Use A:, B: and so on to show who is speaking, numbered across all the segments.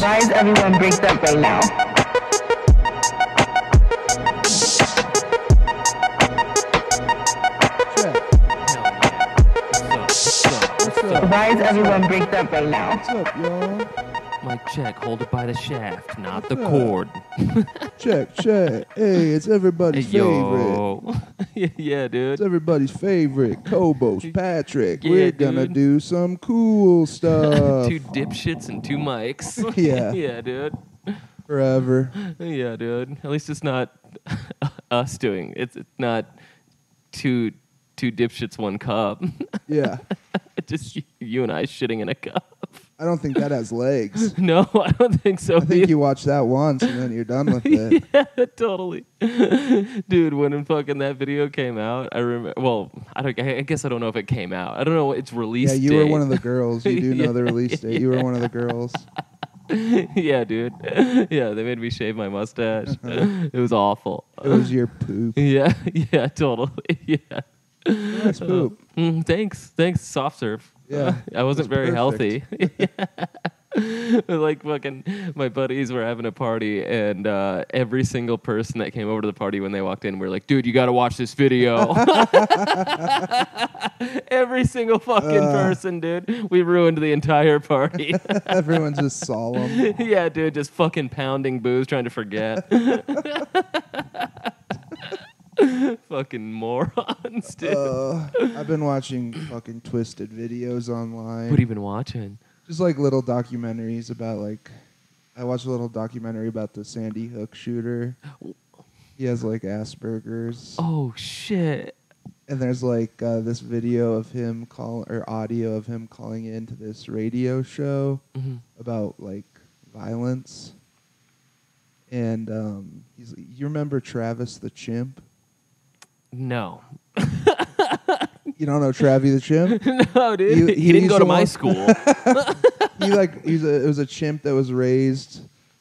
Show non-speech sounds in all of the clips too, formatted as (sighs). A: Why is everyone breaked up right now?
B: What's up? What's up?
A: Why is everyone breaked up right now?
C: What's up, y'all?
B: Mike check, hold it by the shaft, not the cord.
C: Check, check. Hey, it's
B: Hey,
C: everybody's favorite.
B: yo. (laughs) yeah, yeah, dude.
C: It's everybody's favorite. Kobos, Patrick.
B: Yeah,
C: We're gonna
B: dude.
C: do some
B: (laughs)
C: cool stuff
B: two dipshits and two mics.
C: (laughs) Yeah.
B: (laughs) yeah, dude.
C: forever.
B: Yeah, dude. At least it's not (laughs) us doing. It's, it's not two two dipshits, one cup. (laughs)
C: Yeah.
B: Just you, you and I shitting in a cup. (laughs)
C: I don't think that has legs.
B: No, I don't think so.
C: I think you watch that once and then you're done
B: (laughs)
C: with it.
B: yeah, totally. Dude, when fucking that video came out, I remember. Well, I don't. I guess I don't know if it came out. I don't know its release.
C: Yeah, you were one of
B: date.
C: the girls. You
B: (laughs)
C: do know the release date. You were one of the girls.
B: yeah, dude. (laughs) Yeah, they made me shave my mustache.
C: Uh-huh.
B: it was awful. (laughs)
C: It was your poop.
B: Yeah, (laughs) yeah, totally. Yeah.
C: Nice poop.
B: (laughs)
C: (laughs)
B: Mm, thanks, thanks, soft serve.
C: Yeah,
B: (laughs) I wasn't
C: that's
B: very (laughs)
C: perfect.
B: healthy. (laughs) like fucking, my buddies were having a party, and uh, every single person that came over to the party when they walked in, were like, "Dude, you got to watch this video." (laughs) every single fucking
C: Uh.
B: person, dude. We ruined the entire party. (laughs)
C: Everyone's just solemn.
B: yeah, dude, just fucking pounding booze, trying to forget. (laughs) fucking morons, dude.
C: Uh, I've been watching fucking twisted videos online.
B: what have you been watching?
C: just like little documentaries about like I watched a little documentary about the Sandy Hook shooter. He has like Asperger's,
B: Oh shit.
C: and there's like uh, this video of him call or audio of him calling into this radio show
B: Mhm.
C: about like violence. And um, he's, you remember Travis the Chimp?
B: No. (laughs)
C: You don't know Travis the
B: (laughs)
C: Chimp?
B: No, dude.
C: You-
B: he,
C: you
B: didn't
C: used
B: go
C: to
B: to my
C: walk- (laughs)
B: school.
C: he like he's a, it was a chimp that was raised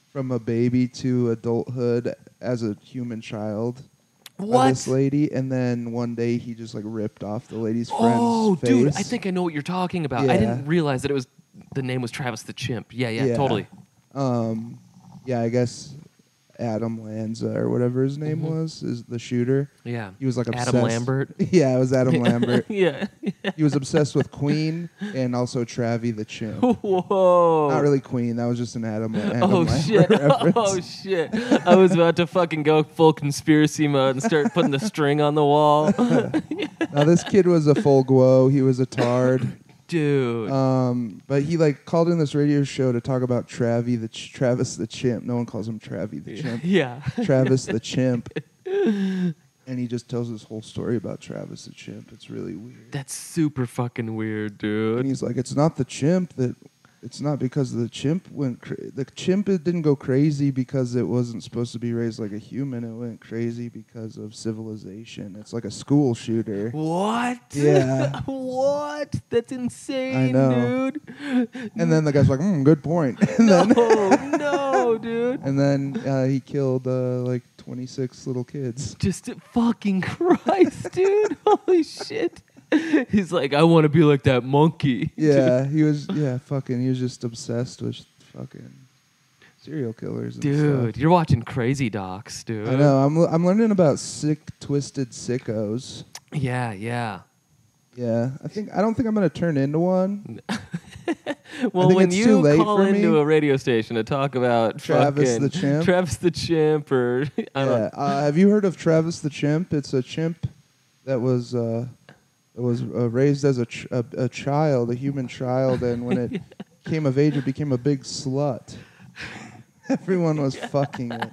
C: from a baby to adulthood as a human child. by
B: what?
C: this lady, and then one day he just like ripped off the lady's friend's
B: Oh,
C: face.
B: dude, I think I know what you're talking about. I
C: Yeah.
B: didn't realize that it was the name was Travis the Chimp. Yeah, yeah,
C: Yeah.
B: totally.
C: Um, yeah, I guess Adam Lanza or whatever his name was is the shooter.
B: Yeah.
C: He was like obsessed.
B: Mm-hmm. Adam Lambert.
C: (laughs) Yeah, it was
B: (laughs)
C: Adam Lambert.
B: yeah.
C: He was obsessed with Queen and also Travi the Chimp.
B: Whoa.
C: Not really Queen. That was just an Adam, Adam
B: Oh
C: Lambert
B: shit!
C: (laughs)
B: (laughs)
C: reference.
B: Oh shit! I was about to fucking go full conspiracy mode and start putting the string on the wall, (laughs)
C: Now this kid was a full guo. He was a tard.
B: (laughs)
C: (laughs)
B: dude.
C: Um, but he like called in this radio show to talk about Travi the ch- Travis the Chimp. No one calls him Travi the Chimp.
B: yeah.
C: Travis the Chimp. And he just tells this whole story about Travis the Chimp. It's really weird.
B: That's super fucking weird,
C: And
B: dude.
C: he's like, it's not the chimp that. It's not because the chimp went. Cra- the chimp it didn't go crazy because it wasn't supposed to be raised like a human. It went crazy because of civilization. It's like a school shooter.
B: What?
C: Yeah.
B: (laughs) what? That's insane,
C: know.
B: dude.
C: (laughs) And then the guy's like, mm, good point. And
B: No,
C: then,
B: no, dude.
C: and then uh, he killed uh, like 26 little kids.
B: Just fucking (laughs) Christ, dude. (laughs) Holy shit. He's like, I want to be like that monkey.
C: Yeah, he was. Yeah, fucking. He was just obsessed with fucking serial killers. And stuff.
B: (laughs) Dude, you're watching crazy docs, dude.
C: I know. I'm I'm learning about sick, twisted sickos.
B: Yeah, yeah.
C: Yeah, I think I don't think I'm gonna turn into one.
B: Well,
C: think
B: when
C: it's
B: you
C: too late
B: call
C: for
B: into
C: me.
B: a radio station to talk about
C: Travis
B: fucking
C: the Chimp?
B: Travis the Chimp, or (laughs) I don't
C: Yeah. Uh, have you heard of Travis the Chimp? It's a chimp that was uh, that was uh, raised as a, ch- a a child, a human child, and when
B: (laughs)
C: it came of age, it became a big slut. Everyone was fucking it.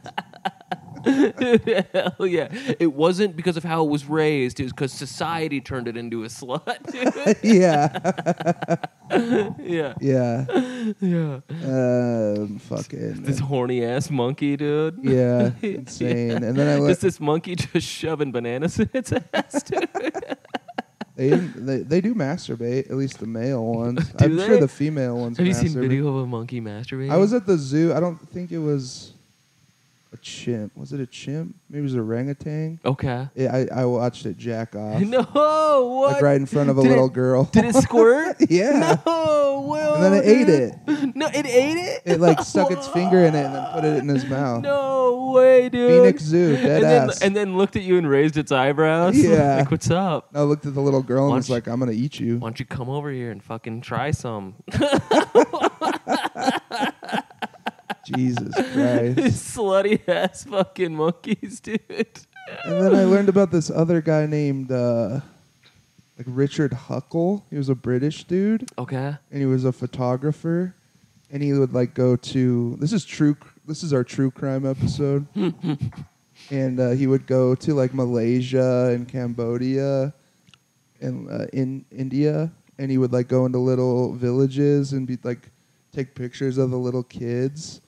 B: (laughs) Hell yeah. It wasn't because of how it was raised. It was because society turned it into a slut. (laughs) dude.
C: (laughs) Yeah,
B: yeah.
C: yeah.
B: Yeah.
C: Um, fucking.
B: This horny ass monkey, dude. (laughs)
C: yeah, insane. And then I le-
B: Just this monkey just shoving bananas in its
C: (laughs)
B: ass, dude.
C: They, didn't- they they do masturbate, at least the male ones.
B: (laughs) Do
C: I'm
B: they?
C: sure the female ones.
B: Have you
C: masturbate.
B: seen video of a monkey masturbating?
C: I was at the zoo. I don't think it was. a chimp. Was it a chimp? Maybe it was orangutan.
B: Okay.
C: Yeah, I, I watched it jack off.
B: (laughs) No, what?
C: Like right in front of a
B: Did it-
C: little girl.
B: Did it squirt?
C: (laughs) yeah.
B: No, well.
C: And then it ate
B: it. (laughs) No, it ate it.
C: It like
B: (laughs)
C: stuck its finger in it and then put it in his mouth.
B: No way, dude.
C: Oh. Phoenix Zoo, dead
B: and then,
C: ass.
B: and then looked at you and raised its eyebrows.
C: Yeah.
B: (laughs) like, what's up?
C: I looked at the little girl and was
B: Lunch.
C: like, "I'm gonna eat you."
B: Why don't you come over here and fucking try some? (laughs) (laughs)
C: Jesus Christ.
B: Slutty ass fucking monkeys, dude.
C: and then I learned about this other guy named uh, like Richard Huckle. He was a British dude,
B: Okay.
C: and he was a photographer, and he would like go to this is true. This is our true crime
B: (laughs)
C: episode, and uh, he would go to like Malaysia and Cambodia, and uh, in India, and he would like go into little villages and be like take pictures of the little kids,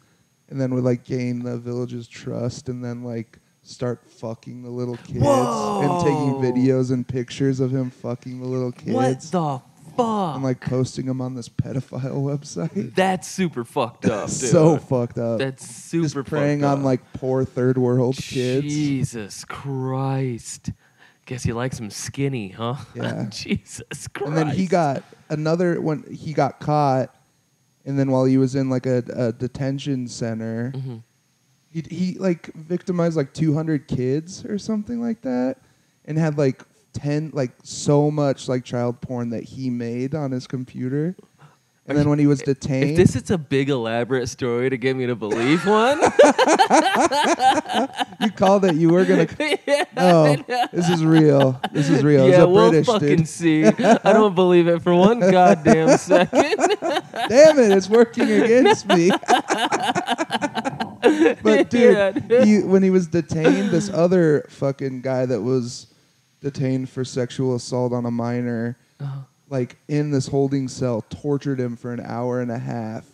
C: and then would like gain the village's trust, and then like start fucking the little kids and
B: Whoa.
C: taking videos and pictures of him fucking the little kids.
B: What the fuck?
C: I'm like posting them on this pedophile (laughs) website.
B: That's super fucked up, dude.
C: so fucked up.
B: That's super
C: just preying
B: fucked
C: on
B: up.
C: like poor third world kids.
B: Jesus Christ. Guess he likes him skinny, huh? (laughs)
C: Yeah.
B: Jesus Christ.
C: And then he got another one. He got caught, and then while he was in like a, a detention center,
B: Mhm.
C: he he like victimized like 200 kids or something like that, and had like 10 like so much like child porn that he made on his computer. And then when he was detained,
B: If this is a big elaborate story to get me to believe one,
C: (laughs)
B: (laughs)
C: you called it. You were
B: (laughs)
C: gonna. No, Oh, this is real. This is real. It's
B: yeah,
C: a
B: we'll
C: British
B: fucking
C: dude. (laughs)
B: see. I don't believe it for one goddamn second.
C: Damn it, it's working against
B: (laughs)
C: me. but
B: Yeah,
C: dude,
B: dude.
C: he, when he was detained, this other fucking guy that was detained for sexual assault on a minor,
B: Uh-huh.
C: like in this holding cell, tortured him for an hour and a half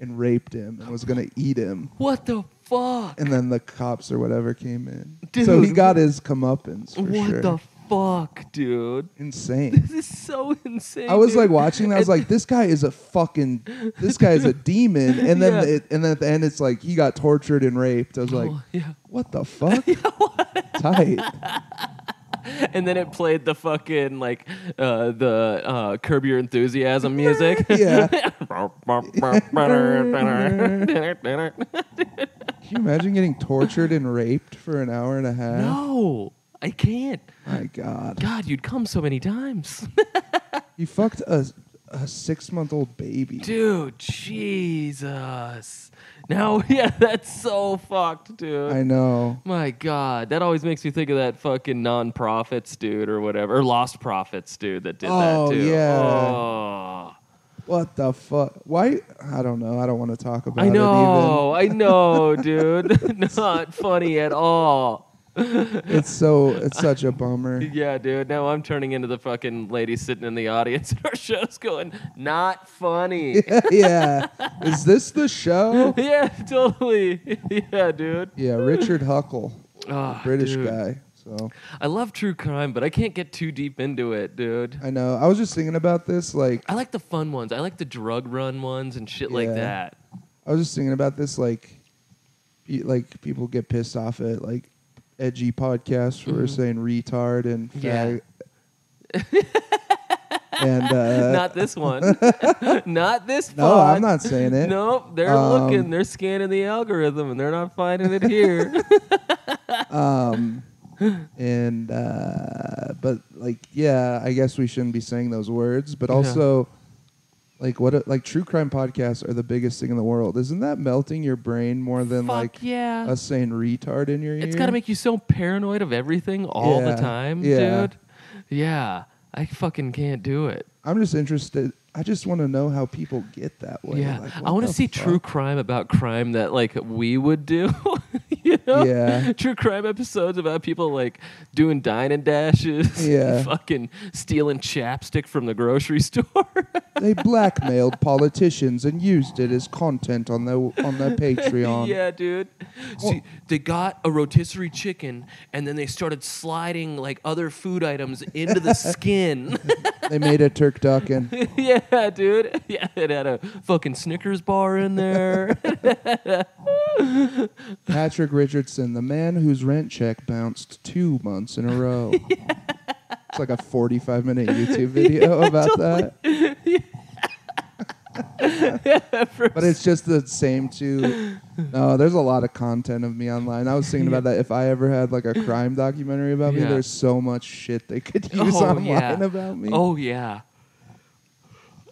C: and raped him and was gonna eat him.
B: What the fuck?
C: And then the cops or whatever came in.
B: Dude.
C: so he got his comeuppance for
B: what
C: sure.
B: the fuck, dude?
C: Insane.
B: This is so insane.
C: I was
B: dude.
C: like watching that. I was like, this guy is a fucking, this guy is a demon. And then,
B: (laughs) Yeah.
C: it, and then at the end, it's like he got tortured and raped. I was like,
B: Oh, yeah.
C: what the
B: (laughs)
C: fuck? Tight.
B: And then it played the fucking like uh, the uh, Curb Your Enthusiasm music.
C: (laughs)
B: (laughs)
C: Yeah.
B: no,
C: Can you imagine getting tortured and raped for an hour and a half?
B: I can't.
C: My God,
B: God, you'd come so many times, (laughs)
C: he fucked a a six month old baby.
B: dude. Jesus. Now, (laughs) yeah, that's so fucked, dude.
C: I know.
B: My God, that always makes me think of that fucking non-profits dude or whatever, or lost profits dude that did
C: Oh,
B: that too.
C: yeah.
B: Oh.
C: What the fuck? Why? I don't know. I don't want to talk about
B: I
C: it.
B: know, I know, dude. (laughs) Not funny at all.
C: Even it's so it's such a bummer. (laughs)
B: Yeah, dude. Now I'm turning into the fucking lady sitting in the audience at our shows, going,
C: (laughs)
B: "Not funny."
C: yeah. Is this the show?
B: yeah, totally. (laughs) yeah, dude.
C: Yeah, Richard Huckle,
B: Ah,
C: British
B: dude.
C: guy. So
B: I love true crime, but I can't get too deep into it, dude.
C: I know. I was just thinking about this. Like,
B: I like the fun ones. I like the drug run ones and shit like
C: Yeah.
B: that.
C: I was just thinking about this. Like, pe- like people get pissed off at like edgy podcasts for saying retard and
B: Mm-hmm. Yeah.
C: fag.
B: (laughs)
C: and uh,
B: Not
C: (laughs)
B: this one. not this
C: no,
B: pod.
C: I'm not saying
B: (laughs)
C: it.
B: Nope, they're
C: Um,
B: looking, they're scanning the algorithm, and they're not finding
C: (laughs)
B: it here. (laughs)
C: Um, and uh, but like, yeah, I guess we shouldn't be saying those words. But
B: Yeah.
C: also, like, what a- like true crime podcasts are the biggest thing in the world. Isn't that melting your brain more than
B: Fuck
C: like
B: yeah.
C: us saying retard in your ear?
B: It's got to make you so paranoid of everything all
C: Yeah,
B: the time,
C: yeah.
B: dude. Yeah, I fucking can't do it.
C: I'm just interested. I just want to know how people get that way.
B: yeah,
C: Like,
B: I
C: what
B: want
C: the
B: to see true
C: fuck?
B: crime about crime that like we would do. (laughs) you know?
C: Yeah.
B: True crime episodes about people like doing dine and dashes.
C: Yeah.
B: (laughs) fucking stealing chapstick from the grocery store.
C: (laughs) they blackmailed politicians and used it as content on their on
B: (laughs)
C: their Patreon.
B: Yeah, dude. See, they got a rotisserie chicken and then they started sliding like other food items into the skin. (laughs)
C: They made a turk duck and
B: yeah, dude. Yeah, it had a fucking Snickers bar in there.
C: Patrick Richardson, the man whose rent check bounced two months in a row. It's like a 45 minute
B: (laughs)
C: YouTube video about that.
B: (laughs)
C: But it's just the same two. No, there's a lot of content of me online. I was thinking about that. If I ever had like a crime documentary about me,
B: Yeah.
C: there's so much shit they
B: (laughs)
C: could use
B: oh,
C: online
B: yeah.
C: about me.
B: Oh yeah.
C: (sighs)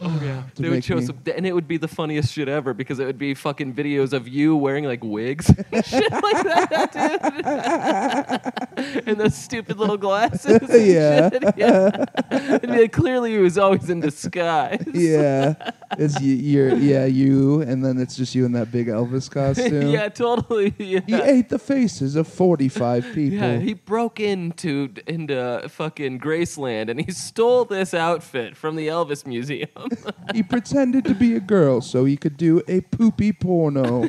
B: Oh yeah.
C: To
B: they would
C: make
B: show
C: me-
B: some, and it would be the funniest shit ever because it would be fucking videos of you wearing like wigs, and (laughs) shit like that, dude. (laughs) and those stupid little glasses. and
C: Yeah.
B: shit, yeah. (laughs) It'd be like, clearly he was always in disguise.
C: (laughs)
B: (laughs)
C: Yeah, it's y- you're yeah you, and then it's just you in that big
B: (laughs)
C: Elvis costume.
B: yeah, totally. (laughs) Yeah.
C: He ate the faces of 45 people.
B: (laughs) Yeah, he broke into into fucking Graceland and he stole this outfit from the Elvis Museum.
C: (laughs) he pretended to be a girl so he could do a poopy
B: (laughs)
C: porno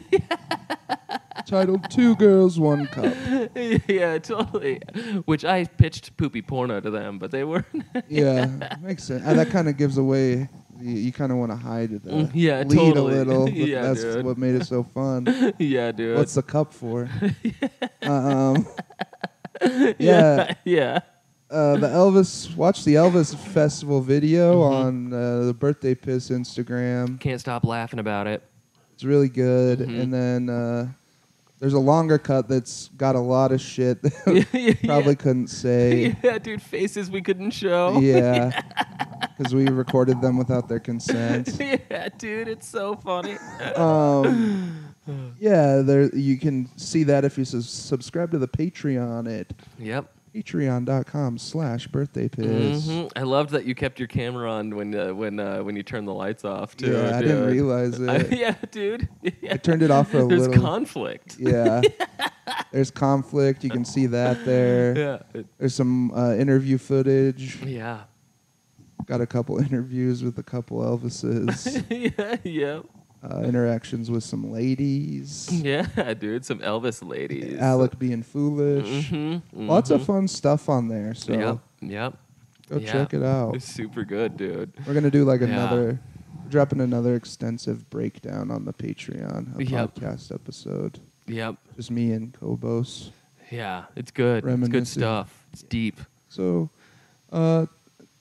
C: titled Two Girls, One Cup.
B: (laughs) yeah, totally. Which I pitched poopy porno to them, but they weren't. (laughs)
C: Yeah, makes sense. And that kind of gives away, you, you kind of want to hide it. there.
B: Mm, yeah,
C: Lead
B: totally.
C: a little. but
B: (laughs) Yeah,
C: That's
B: dude.
C: what made it so
B: (laughs)
C: fun.
B: yeah, dude.
C: What's the cup for? Uh, um, yeah.
B: (laughs) (laughs) yeah.
C: uh, the Elvis, watch the Elvis Festival video
B: Mm-hmm.
C: on uh, the Birthday Piss Instagram.
B: Can't stop laughing about it.
C: It's really good.
B: Mhm.
C: And then uh, there's a longer cut that's got a lot of shit that
B: Yeah, (laughs) yeah,
C: (laughs) probably couldn't
B: (laughs)
C: say.
B: Yeah, dude, faces we couldn't show.
C: yeah. Because we recorded them without their
B: (laughs)
C: consent.
B: (laughs) yeah, dude, it's so funny.
C: Um,
B: (sighs)
C: yeah, there you can see that if you sus- subscribe to the Patreon at
B: (laughs) yep.
C: patreon.com slash birthday piss.
B: hmm I loved that you kept your camera on when uh, when uh, when you turned the lights off too.
C: Yeah, I didn't
B: dude.
C: realize
B: (laughs) I-
C: it.
B: yeah, dude. (laughs) Yeah.
C: I turned it off for a
B: There's
C: little. (laughs)
B: conflict. (laughs)
C: yeah. There's conflict. You can see that there.
B: (laughs) Yeah. it-
C: There's some uh, interview footage.
B: Yeah.
C: Got a couple (laughs) interviews with a couple
B: (laughs)
C: Elvises.
B: (laughs) yeah. Yeah.
C: uh, interactions with some ladies.
B: Yeah, dude. Some Elvis ladies.
C: Alec being foolish.
B: Mm-hmm,
C: Lots of fun stuff on there. So oh.
B: Yep. Yep.
C: go
B: Yeah.
C: check it out.
B: It's super good, dude.
C: We're gonna do like
B: Yeah.
C: another, we're dropping another extensive breakdown on the Patreon, a
B: Yep.
C: podcast episode.
B: Yep.
C: Just me and Kobos.
B: Yeah. It's good. It's good
C: Reminiscent.
B: stuff. It's deep. (laughs)
C: So, uh,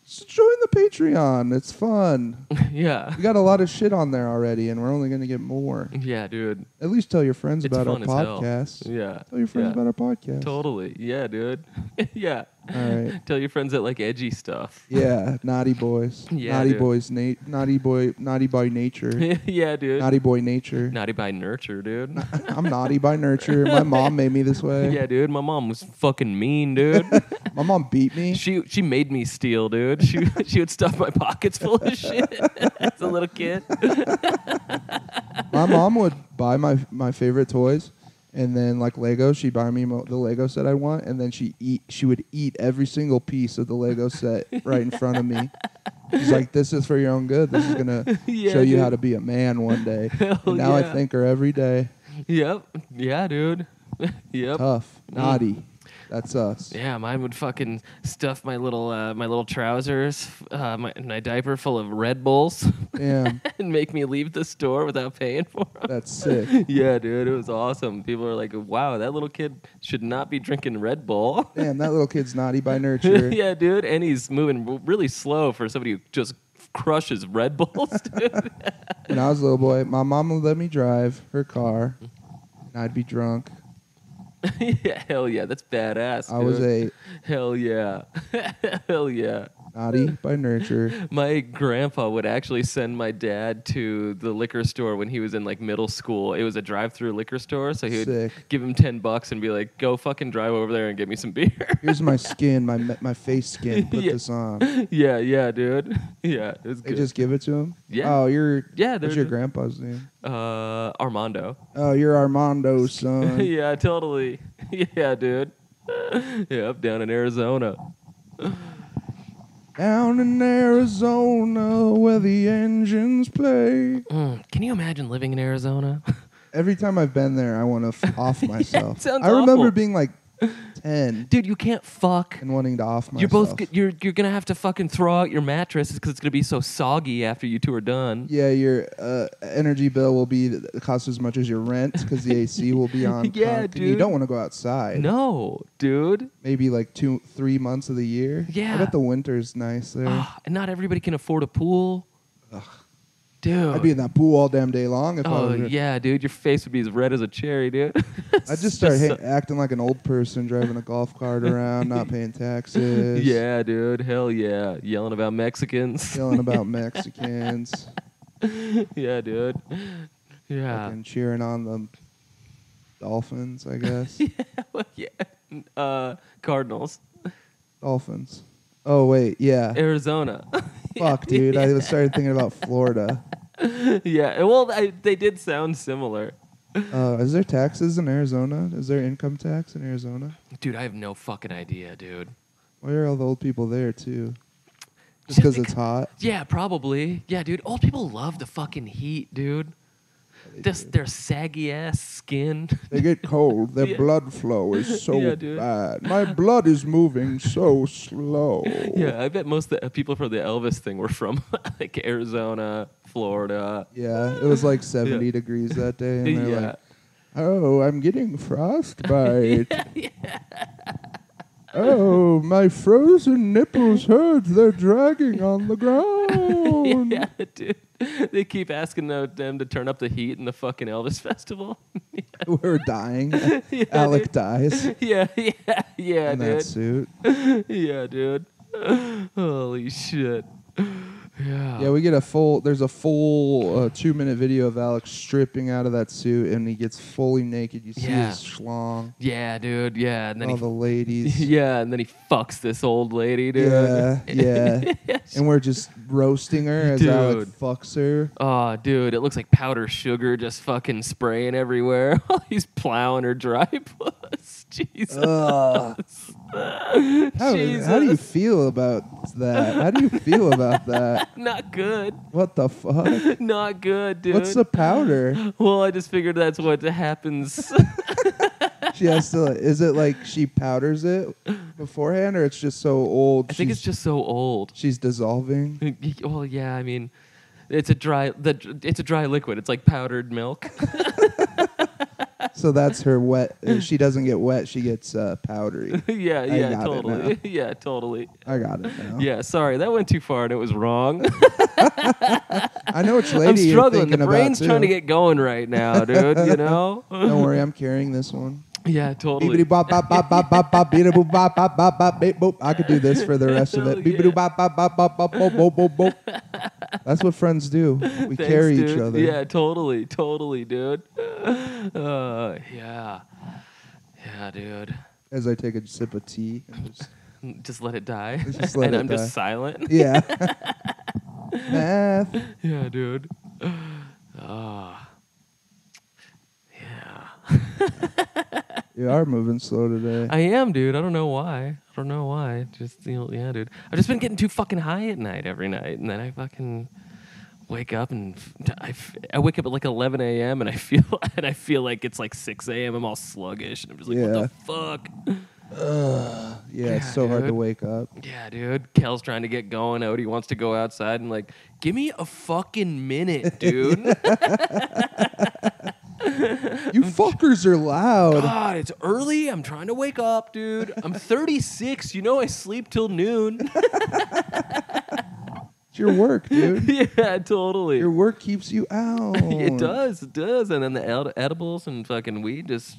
C: s- join the Patreon. It's fun.
B: yeah.
C: We got a lot of shit on there already, and we're only gonna get more.
B: Yeah, dude.
C: At least tell your friends
B: It's
C: about our
B: fun as hell.
C: podcast.
B: Yeah.
C: Tell your friends
B: yeah.
C: about our podcast.
B: Totally. Yeah, dude. (laughs) yeah.
C: All
B: (laughs)
C: right.
B: Tell your friends that like edgy stuff.
C: Yeah, naughty boys.
B: (laughs) Yeah,
C: naughty
B: dude.
C: boys. Na- naughty boy. Naughty by nature.
B: (laughs) yeah, dude.
C: naughty boy nature.
B: Naughty by nurture, dude.
C: (laughs)
B: (laughs)
C: I'm naughty by nurture. My mom made me this way.
B: yeah, dude. My mom was fucking
C: (laughs)
B: mean, dude.
C: My mom beat
B: (laughs)
C: me.
B: she she made me steal, dude. She (laughs) she would stuff my pockets full of (laughs) shit as a little kid. (laughs)
C: my mom would buy my my favorite toys, and then like Lego, she'd buy me mo- the Lego set I want, and then she eat she would eat every single piece of the Lego
B: (laughs)
C: set right in front of me. She's like, "This is for your own good. This is gonna
B: (laughs) Yeah,
C: show you how to
B: dude.
C: be a man one day."
B: (laughs) Hell
C: and now
B: yeah.
C: I thank her every day.
B: Yep. Yeah, dude. (laughs) yep. Mm.
C: Tough, naughty. That's us.
B: Yeah, mine would fucking stuff my little uh, my little trousers, uh, my, my diaper full of Red Bulls, (laughs)
C: Damn,
B: and make me leave the store without paying for them.
C: that's sick.
B: (laughs) yeah, dude, it was awesome. People are like, "Wow, that little kid should not be drinking Red Bull." (laughs)
C: Damn, that little kid's naughty by nurture.
B: yeah, dude, and he's moving w- really slow for somebody who just crushes Red Bulls, (laughs) dude.
C: When I was a little boy, my mom would let me drive her car, and I'd be drunk.
B: yeah, hell yeah, that's badass.
C: I was
B: dude.
C: a
B: hell yeah, (laughs) hell yeah.
C: naughty by nurture.
B: My grandpa would actually send my dad to the liquor store when he was in like middle school. It was a drive-through liquor store, so he would
C: Sick.
B: give him ten bucks and be like, "Go fucking drive over there and get me some beer." (laughs)
C: Here's my skin, my me- my face skin. Put
B: Yeah.
C: this on.
B: yeah, yeah, dude. (laughs) Yeah, it was
C: They
B: good.
C: just give it to him.
B: Yeah.
C: Oh, you're.
B: Yeah,
C: What's
B: they're-
C: your grandpa's name?
B: uh, Armando.
C: Oh, you're
B: (laughs)
C: Armando's son.
B: yeah, totally. (laughs) yeah, dude. (laughs) yeah, up down in Arizona.
C: Down in Arizona, where the engines play.
B: Mm, can you imagine living in Arizona? (laughs)
C: Every time I've been there, I want to f- off myself.
B: sounds
C: I remember
B: awful.
C: being like ten
B: dude, you can't fuck.
C: and wanting to off myself.
B: You're both g- you're you're gonna have to fucking throw out your mattress because it's gonna be so soggy after you two are done.
C: Yeah, your uh, energy bill will be th- cost as much as your rent because the
B: (laughs)
C: AC will be on.
B: Yeah,
C: constant. You
B: dude.
C: don't want to go outside.
B: No, dude.
C: Maybe like two, three months of the year.
B: Yeah.
C: I bet the winter's nice there.
B: Ah, and not everybody can afford a pool. Dude.
C: I'd be in that pool all damn day long if I
B: oh
C: was. there.
B: yeah, dude. Your face would be as red as a cherry, dude.
C: (laughs) I'd just start ha-
B: so-
C: acting like an old person driving a golf cart around, not
B: (laughs)
C: paying taxes.
B: yeah, dude. Hell yeah. Yelling about Mexicans.
C: Yelling about Mexicans.
B: (laughs) yeah, dude. Yeah. (laughs)
C: Fucking cheering on the dolphins, I guess.
B: (laughs) yeah. Uh, Cardinals.
C: dolphins. Oh wait, yeah.
B: Arizona. (laughs)
C: Fuck, dude. I started thinking about Florida.
B: yeah. Well, I, they did sound similar.
C: Uh, is there taxes in Arizona? Is there income tax in Arizona?
B: Dude, I have no fucking idea, dude.
C: Why are all the old people there too? Just because it's hot.
B: Yeah, probably. Yeah, dude. Old people love the fucking heat, dude.
C: They
B: Just their saggy ass skin.
C: They get cold. Their
B: Yeah.
C: blood flow
B: (laughs)
C: is so
B: Yeah, dude.
C: bad. My blood is moving
B: (laughs)
C: so slow.
B: (laughs) Yeah, I bet most of the people from the Elvis thing were from (laughs) like Arizona, Florida.
C: Yeah, it was like 70 degrees that day, and they're
B: yeah.
C: like, "Oh, I'm getting frostbite." Oh, my frozen nipples hurt. They're dragging on the ground.
B: (laughs) (laughs) yeah, dude. They keep asking uh, them to turn up the heat in the fucking Elvis (laughs) festival.
C: We're dying.
B: (laughs) Yeah,
C: Alec
B: dude.
C: dies
B: Yeah, (laughs) yeah, yeah,
C: in
B: dude.
C: that
B: (laughs)
C: suit.
B: Yeah, dude. (laughs) Holy shit. Yeah.
C: Yeah, we get a full. There's a full uh, two minute video of Alec stripping out of that suit, and he gets fully naked. You see
B: Yeah.
C: his schlong,
B: Yeah, dude. Yeah, and then
C: all the
B: he. (laughs)
C: ladies.
B: Yeah, and then he fucks this old lady, dude.
C: yeah, yeah.
B: (laughs)
C: and we're just roasting her as Alec
B: Dude.
C: fucks her.
B: Oh, dude, it looks like powder sugar just fucking spraying everywhere. (laughs) while He's plowing her dry (laughs) puss. Jesus.
C: Ugh. Uh, How, how do you feel about that? How do you feel
B: (laughs)
C: about that?
B: Not good.
C: What the fuck?
B: Not good, dude.
C: What's the powder?
B: Well, I just figured that's what
C: (laughs)
B: happens.
C: She has to. Is it like she powders it beforehand, or it's just so old?
B: I think it's
C: she's-
B: just so old. (laughs)
C: she's dissolving.
B: Well, yeah, I mean, it's a dry the it's a dry liquid. It's like powdered milk. (laughs)
C: So that's her wet. If she doesn't get wet, she gets uh, powdery.
B: yeah,
C: I
B: yeah,
C: got it
B: totally. (laughs)
C: now. Oh.
B: Yeah, totally.
C: I got it now.
B: Yeah, sorry, that went too far and it was wrong. (laughs)
C: I know which lady
B: I'm
C: you're
B: struggling.
C: thinking
B: The brain's
C: about
B: trying to
C: too.
B: get going right now, dude.
C: (laughs)
B: You know?
C: Don't
B: (laughs)
C: worry, I'm carrying this one.
B: yeah, totally.
C: Beepity bop bop bop bop bop bop beepity boop bop bop bop bop beep boop. I could do this
B: (laughs)
C: for the rest of it.
B: Hell
C: Beepity
B: yeah.
C: bop bop bop bop bop boop boop boop boop. That's what friends do. We
B: (laughs) Thanks,
C: carry each
B: dude.
C: other.
B: Yeah, totally, totally, dude. (laughs) Uh, yeah, yeah, dude.
C: As I take a sip of tea. And just,
B: Just let it die,
C: Just let
B: (laughs) and
C: it
B: I'm
C: die.
B: just silent. (laughs)
C: yeah. (laughs) Math.
B: Yeah, dude. Ah, yeah.
C: You are moving slow today.
B: I am, dude. I don't know why. I don't know why. Just you know, yeah, dude. I've just been getting too fucking high at night every night, and then I fucking wake up and f- I, f- I wake up at like 11 a.m. and I (laughs) feel and I feel like it's like 6 a.m. I'm all sluggish and I'm just like,
C: Yeah.
B: what the fuck?
C: yeah, it's
B: God,
C: so hard to
B: dude.
C: wake up.
B: Yeah, dude. Kel's trying to get going. Odie wants to go outside and like, give me a fucking
C: (laughs)
B: minute, dude.
C: You fuckers are loud.
B: God, it's early. I'm trying to wake up, dude. I'm 36. You know I sleep till noon.
C: It's your
B: (laughs)
C: work, (laughs) dude.
B: yeah, totally.
C: Your work keeps you out.
B: (laughs) It does, it does. And then the ed- edibles and fucking weed just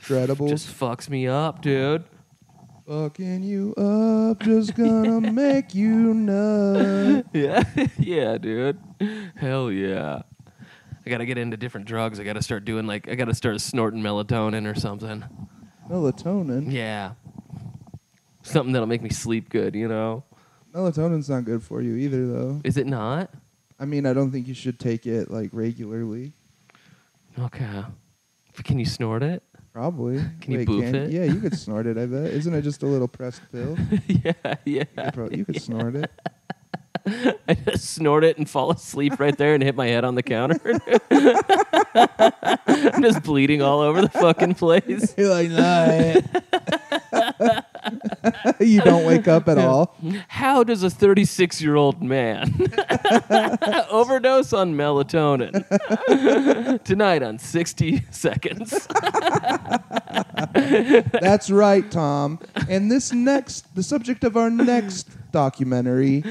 C: Incredible.
B: just fucks me up, dude. (laughs)
C: Fucking you up, just
B: (laughs)
C: gonna make you nut.
B: Yeah, (laughs) yeah, dude. Hell yeah. I gotta get into different drugs. I gotta start doing like I gotta start snorting melatonin or something.
C: Melatonin.
B: Yeah, something that'll make me sleep good. You know?
C: Melatonin's not good for you either, though.
B: Is it not?
C: I mean, I don't think you should take it like regularly.
B: Okay. But Can you snort it? (laughs)
C: Probably.
B: Can you boof it?
C: Yeah, you could snort it. I bet. Isn't it just a little pressed
B: (laughs)
C: pill? You
B: yeah, yeah.
C: could, pro- you could snort
B: (laughs)
C: it.
B: I just snort it and (laughs) fall asleep right there and hit my head on the counter. (laughs) I'm just bleeding all over the fucking place.
C: You're like, nah. (laughs) you don't wake up
B: (laughs)
C: at all.
B: How does a 36 year old man (laughs) overdose on melatonin? (laughs) Tonight on 60 Seconds.
C: That's right, Tom. And this next, the subject of our next documentary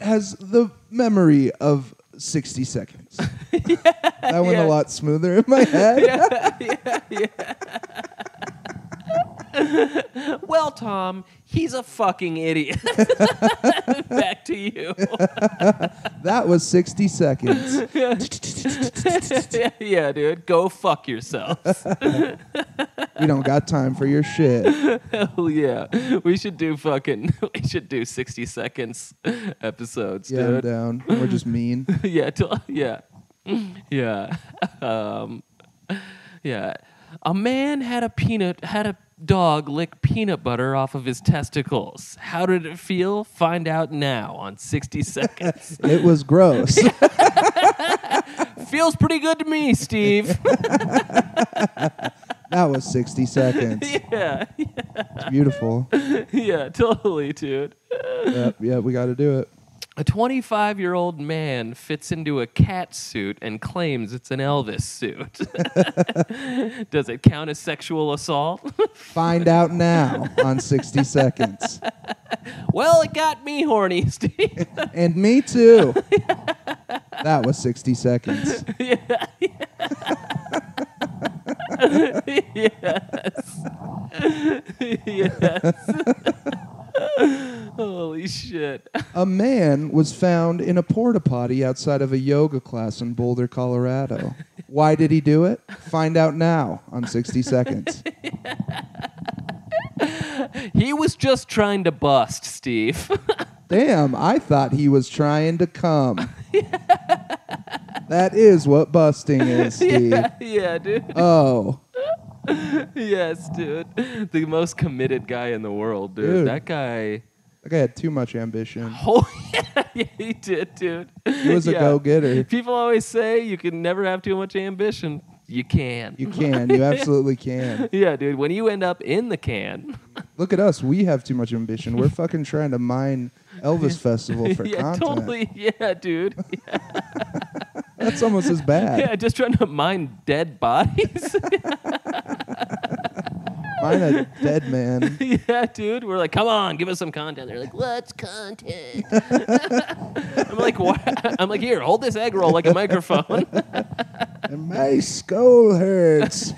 C: has the memory of 60 seconds. that went
B: (laughs) yeah.
C: a lot smoother in my
B: (laughs)
C: head.
B: (laughs) well, Tom, he's a fucking idiot. (laughs) Back to (laughs) you.
C: That was 60 seconds.
B: yeah, dude. Go fuck yourself.
C: we don't got time for your
B: (laughs)
C: shit.
B: Hell yeah. We should do fucking, (laughs) we should do 60 Seconds episodes,
C: Yeah, I'm
B: dude. (laughs)
C: down. We're just mean.
B: yeah, till, (laughs) yeah, yeah, (laughs) um, yeah. A man had a peanut had a dog lick peanut butter off of his testicles. How did it feel? Find out now on
C: (laughs)
B: sixty seconds.
C: It was gross.
B: Feels pretty good to me, Steve. (laughs)
C: that was 60 seconds.
B: yeah, (laughs)
C: It's beautiful.
B: yeah, totally, dude.
C: Yep, yeah, we got to do it.
B: A 25 year old man fits into a cat suit and claims it's an Elvis suit. (laughs) Does it count as sexual assault? (laughs)
C: Find out now on 60 seconds.
B: well, it got me horny, (laughs) Steve.
C: And me too. That was 60 seconds.
B: yeah. yes. (laughs) yes. (laughs) Holy shit.
C: A man was found in a porta potty outside of a yoga class in Boulder, Colorado. Why did he do it? Find out now on 60 seconds.
B: He was just trying to bust, Steve. (laughs)
C: Damn, I thought he was trying to
B: (laughs)
C: come. that is what busting is, Steve.
B: (laughs) yeah, dude.
C: Oh,
B: Yes, dude. The most committed guy in the world, dude.
C: Dude.
B: That guy.
C: that guy had too much ambition.
B: Oh, (laughs) yeah, he did, dude.
C: He was a
B: Yeah.
C: go getter.
B: People always say you can never have too much ambition. You can. (laughs)
C: You can, you absolutely can.
B: yeah, dude. When you end up in the can.
C: Look at us, we have too much ambition. We're fucking trying to mine
B: (laughs)
C: Elvis Festival for
B: yeah,
C: content.
B: totally.
C: (laughs)
B: Yeah, dude.
C: That's almost as bad.
B: Yeah, just trying to mine dead bodies. (laughs)
C: Mine a dead man.
B: yeah, dude. We're like, come on, give us some content. They're like, what's content? (laughs) I'm like, what? (laughs) I'm like, here, hold this egg roll like a microphone. (laughs)
C: And my skull
B: (laughs)
C: hurts.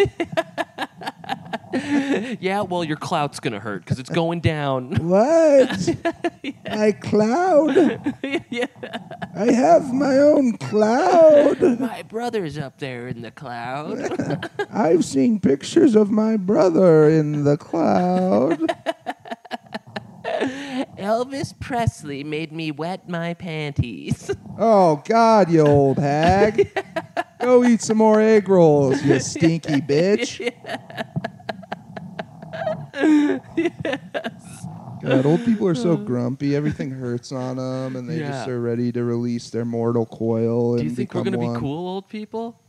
B: yeah, well, your clout's gonna hurt because it's going down. (laughs)
C: What? My cloud?
B: yeah,
C: I have my own cloud.
B: my brother's up there in the cloud.
C: I've seen pictures of my brother in the
B: (laughs)
C: cloud.
B: Elvis Presley made me wet my panties. (laughs)
C: Oh, God, you old hag. Go eat some more egg rolls, you
B: (laughs)
C: stinky bitch. God, old people are so grumpy. Everything hurts on them, and they just
B: Uh. Yeah.
C: are ready to release their mortal coil.
B: Do
C: and
B: you think we're
C: become
B: gonna
C: one.
B: be cool old people?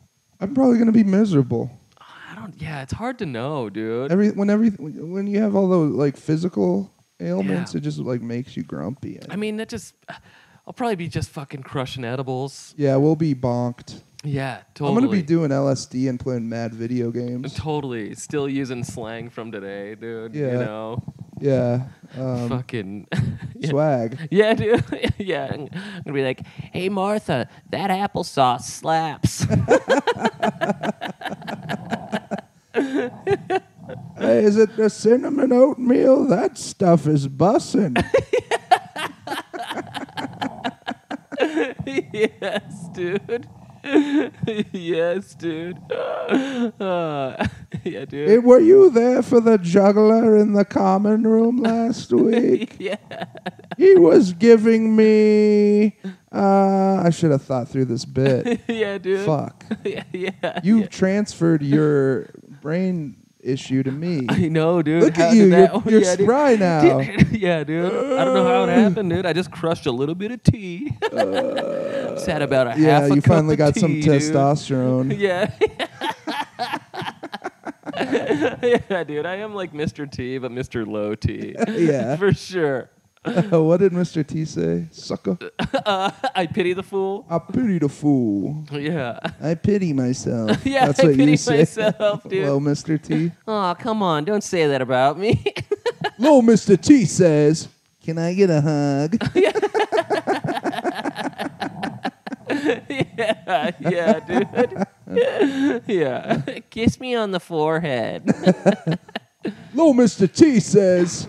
C: I'm probably gonna be miserable.
B: I don't. Yeah, it's hard to know, dude.
C: Every when every when you have all those like physical ailments,
B: Yeah.
C: it just like makes you grumpy.
B: I mean, that just. I'll probably be just fucking crushing edibles.
C: yeah, we'll be bonked.
B: Yeah, totally.
C: I'm gonna be doing LSD and playing mad video
B: (laughs)
C: games.
B: Totally. Still using slang from today, dude. You
C: Yeah.
B: know?
C: Yeah, um,
B: Fucking. (laughs) yeah.
C: swag.
B: Yeah, dude. (laughs) yeah. I'm going to be like, hey, Martha, that applesauce slaps.
C: Hey, is it the cinnamon oatmeal? That stuff is bussin'.
B: (laughs) (laughs) yes, dude. (laughs) yes, dude. (laughs) Uh, (laughs) yeah, dude.
C: Eh, were you there for the juggler in the common room last
B: (laughs)
C: week?
B: yeah.
C: he was giving me. Uh, I should have thought through this bit.
B: (laughs) yeah, dude.
C: Fuck.
B: yeah, yeah.
C: You transferred your brain issue to me.
B: (laughs) (laughs) I know, dude.
C: Look
B: How
C: at
B: did
C: you.
B: that-
C: You're, you're Uh.
B: yeah, dude.
C: spry now.
B: (laughs) yeah, dude. I don't know how it happened, dude. I just crushed a little bit of tea. (laughs) Just had about a half
C: Uh, yeah,
B: a
C: you
B: cup (laughs)
C: finally
B: of
C: got some
B: tea, dude.
C: testosterone.
B: Yeah. yeah, dude, I am like Mr. T, but Mr.
C: (laughs)
B: Low T.
C: Yeah.
B: For sure. (laughs)
C: what did Mr. T say? Sucker.
B: Uh, I pity the fool.
C: I pity the fool.
B: Yeah. (laughs)
C: I pity myself.
B: Yeah,
C: That's
B: I
C: what you
B: pity
C: say.
B: myself, dude.
C: (laughs) Well, Mr.
B: (laughs)
C: T.
B: Oh, come on. Don't say that about me. (laughs)
C: Little Mr. T says, Can I get a
B: (laughs)
C: hug?
B: yeah, yeah, dude. (laughs) yeah. Kiss me on the forehead. (laughs)
C: Little Mr. T says,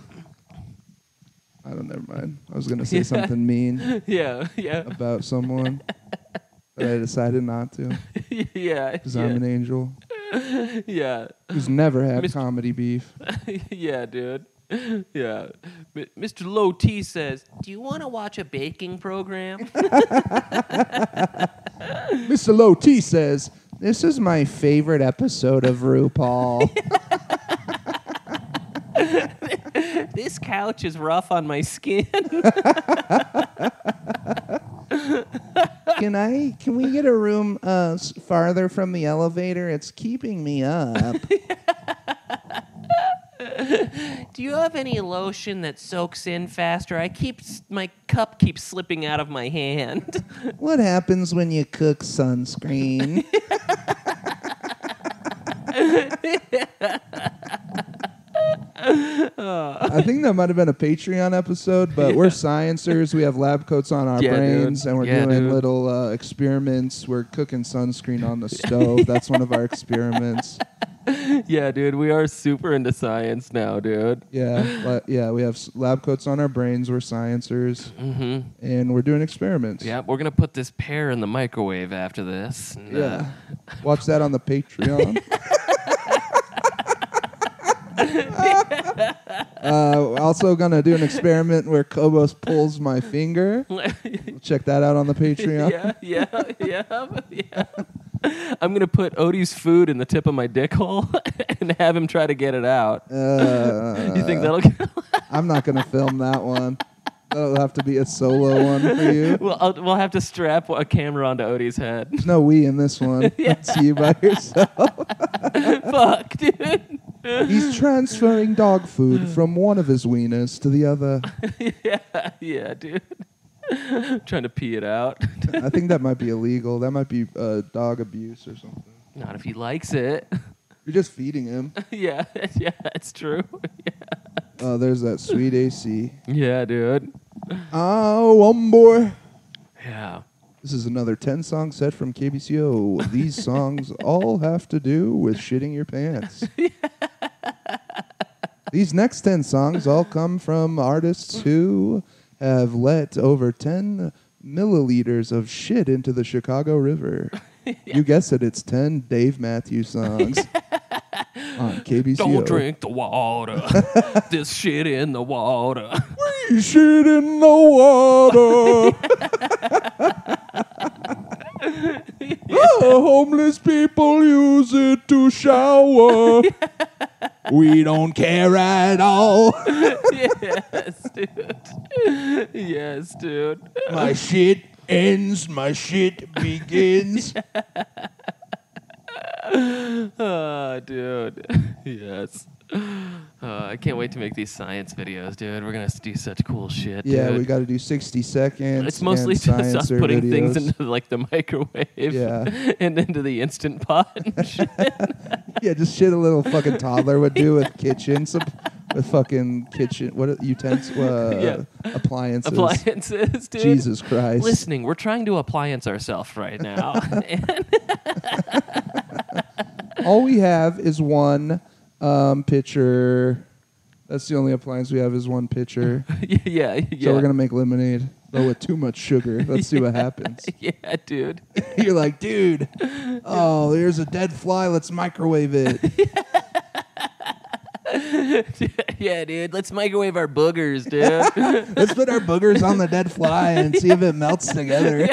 C: I don't, never mind. I was going to say
B: (laughs) Yeah.
C: something mean
B: yeah, yeah. (laughs)
C: about someone, but I decided not to
B: yeah.
C: because I'm
B: Yeah.
C: an angel
B: Yeah.
C: who's never had
B: Mr.
C: comedy beef.
B: (laughs) yeah, dude. Yeah. M- Mr. Low T says, Do you want to watch a baking program? (laughs)
C: Mr. Low T says, This is my favorite episode of RuPaul.
B: this couch is rough on my skin. (laughs)
C: can I? Can we get a room uh, s- farther from the elevator? It's keeping me up.
B: Do you have any lotion that soaks in faster? I keep s- my cup keeps slipping out of my hand. (laughs)
C: what happens when you cook
B: (laughs)
C: sunscreen? I think that might have been a Patreon episode, but we're sciencers. We have lab coats on our
B: Yeah, dude.
C: brains, and we're
B: Yeah,
C: doing
B: dude.
C: little uh, experiments. We're cooking sunscreen on the stove. That's one of our experiments.
B: yeah, dude, we are super into science now, dude.
C: Yeah, la- yeah. We have s- lab coats on our brains. We're sciencers,
B: Mm-hmm.
C: and we're doing experiments.
B: Yeah, we're gonna put this pear in the microwave after this. and, uh,
C: Yeah. Watch that on the
B: (laughs)
C: Patreon. uh, we're also gonna do an experiment where Kobos pulls my finger.
B: (laughs)
C: Check that out on the Patreon.
B: yeah, yeah, yeah, yeah. I'm gonna put Odie's food in the tip of my dick hole (laughs) and have him try to get it out.
C: Uh,
B: You think that'll? Go? (laughs)
C: I'm not gonna film that one. That'll have to be a solo one for you.
B: Well, I'll, we'll have to strap a camera onto Odie's head. (laughs)
C: There's no we in this one. That's you by yourself.
B: Fuck, dude. (laughs)
C: He's transferring dog food from one of his wieners to the other.
B: yeah, yeah, dude. (laughs) Trying to pee it out. (laughs)
C: I think that might be illegal. That might be uh, dog abuse or something.
B: Not if he likes it. (laughs)
C: You're just feeding him. (laughs)
B: yeah, (laughs) yeah, that's true. (laughs)
C: Oh, there's that sweet AC.
B: yeah, dude.
C: Oh, one boy.
B: Yeah.
C: This is another 10 song set from KBCO.
B: (laughs)
C: These songs all have to do with shitting your
B: (laughs)
C: pants. These next 10 songs all come from artists who have let over 10 milliliters of shit into the Chicago
B: (laughs)
C: River. You guessed it, it's 10 Dave Matthews
B: (laughs)
C: songs on KBCO.
B: Don't drink the (laughs) water. this shit in the water.
C: You shit in the
B: (laughs)
C: water. Oh, homeless people use it to
B: (laughs)
C: shower. we don't care at all.
B: yes, dude. yes, dude. (laughs)
C: my shit ends, my shit begins.
B: (laughs) Oh, dude. yes. Uh, I can't wait to make these science videos, dude. We're gonna do such cool shit.
C: Yeah,
B: dude.
C: we got to do 60 seconds.
B: It's mostly
C: and
B: just us
C: sciencer
B: putting things
C: videos.
B: into like the microwave
C: Yeah.
B: (laughs) and into the instant pot.
C: (laughs)
B: and shit.
C: (laughs) Yeah, just shit a little
B: (laughs)
C: fucking toddler would do with kitchen, sup- with fucking kitchen, what utensils, uh, appliances.
B: Appliances, dude.
C: Jesus Christ.
B: Listening, we're trying to appliance ourselves
C: (laughs)
B: right now. (laughs) And-
C: All we have is one um, pitcher. That's the only appliance we have is one
B: (laughs)
C: pitcher.
B: yeah, yeah.
C: So we're gonna make lemonade, though with too much
B: (laughs)
C: sugar. Let's see what happens.
B: yeah, dude.
C: You're like, dude, oh, there's a dead fly. Let's microwave it.
B: yeah, dude. Let's microwave our boogers, dude.
C: (laughs) Let's put our boogers on the dead fly and see if it melts
B: (laughs)
C: together.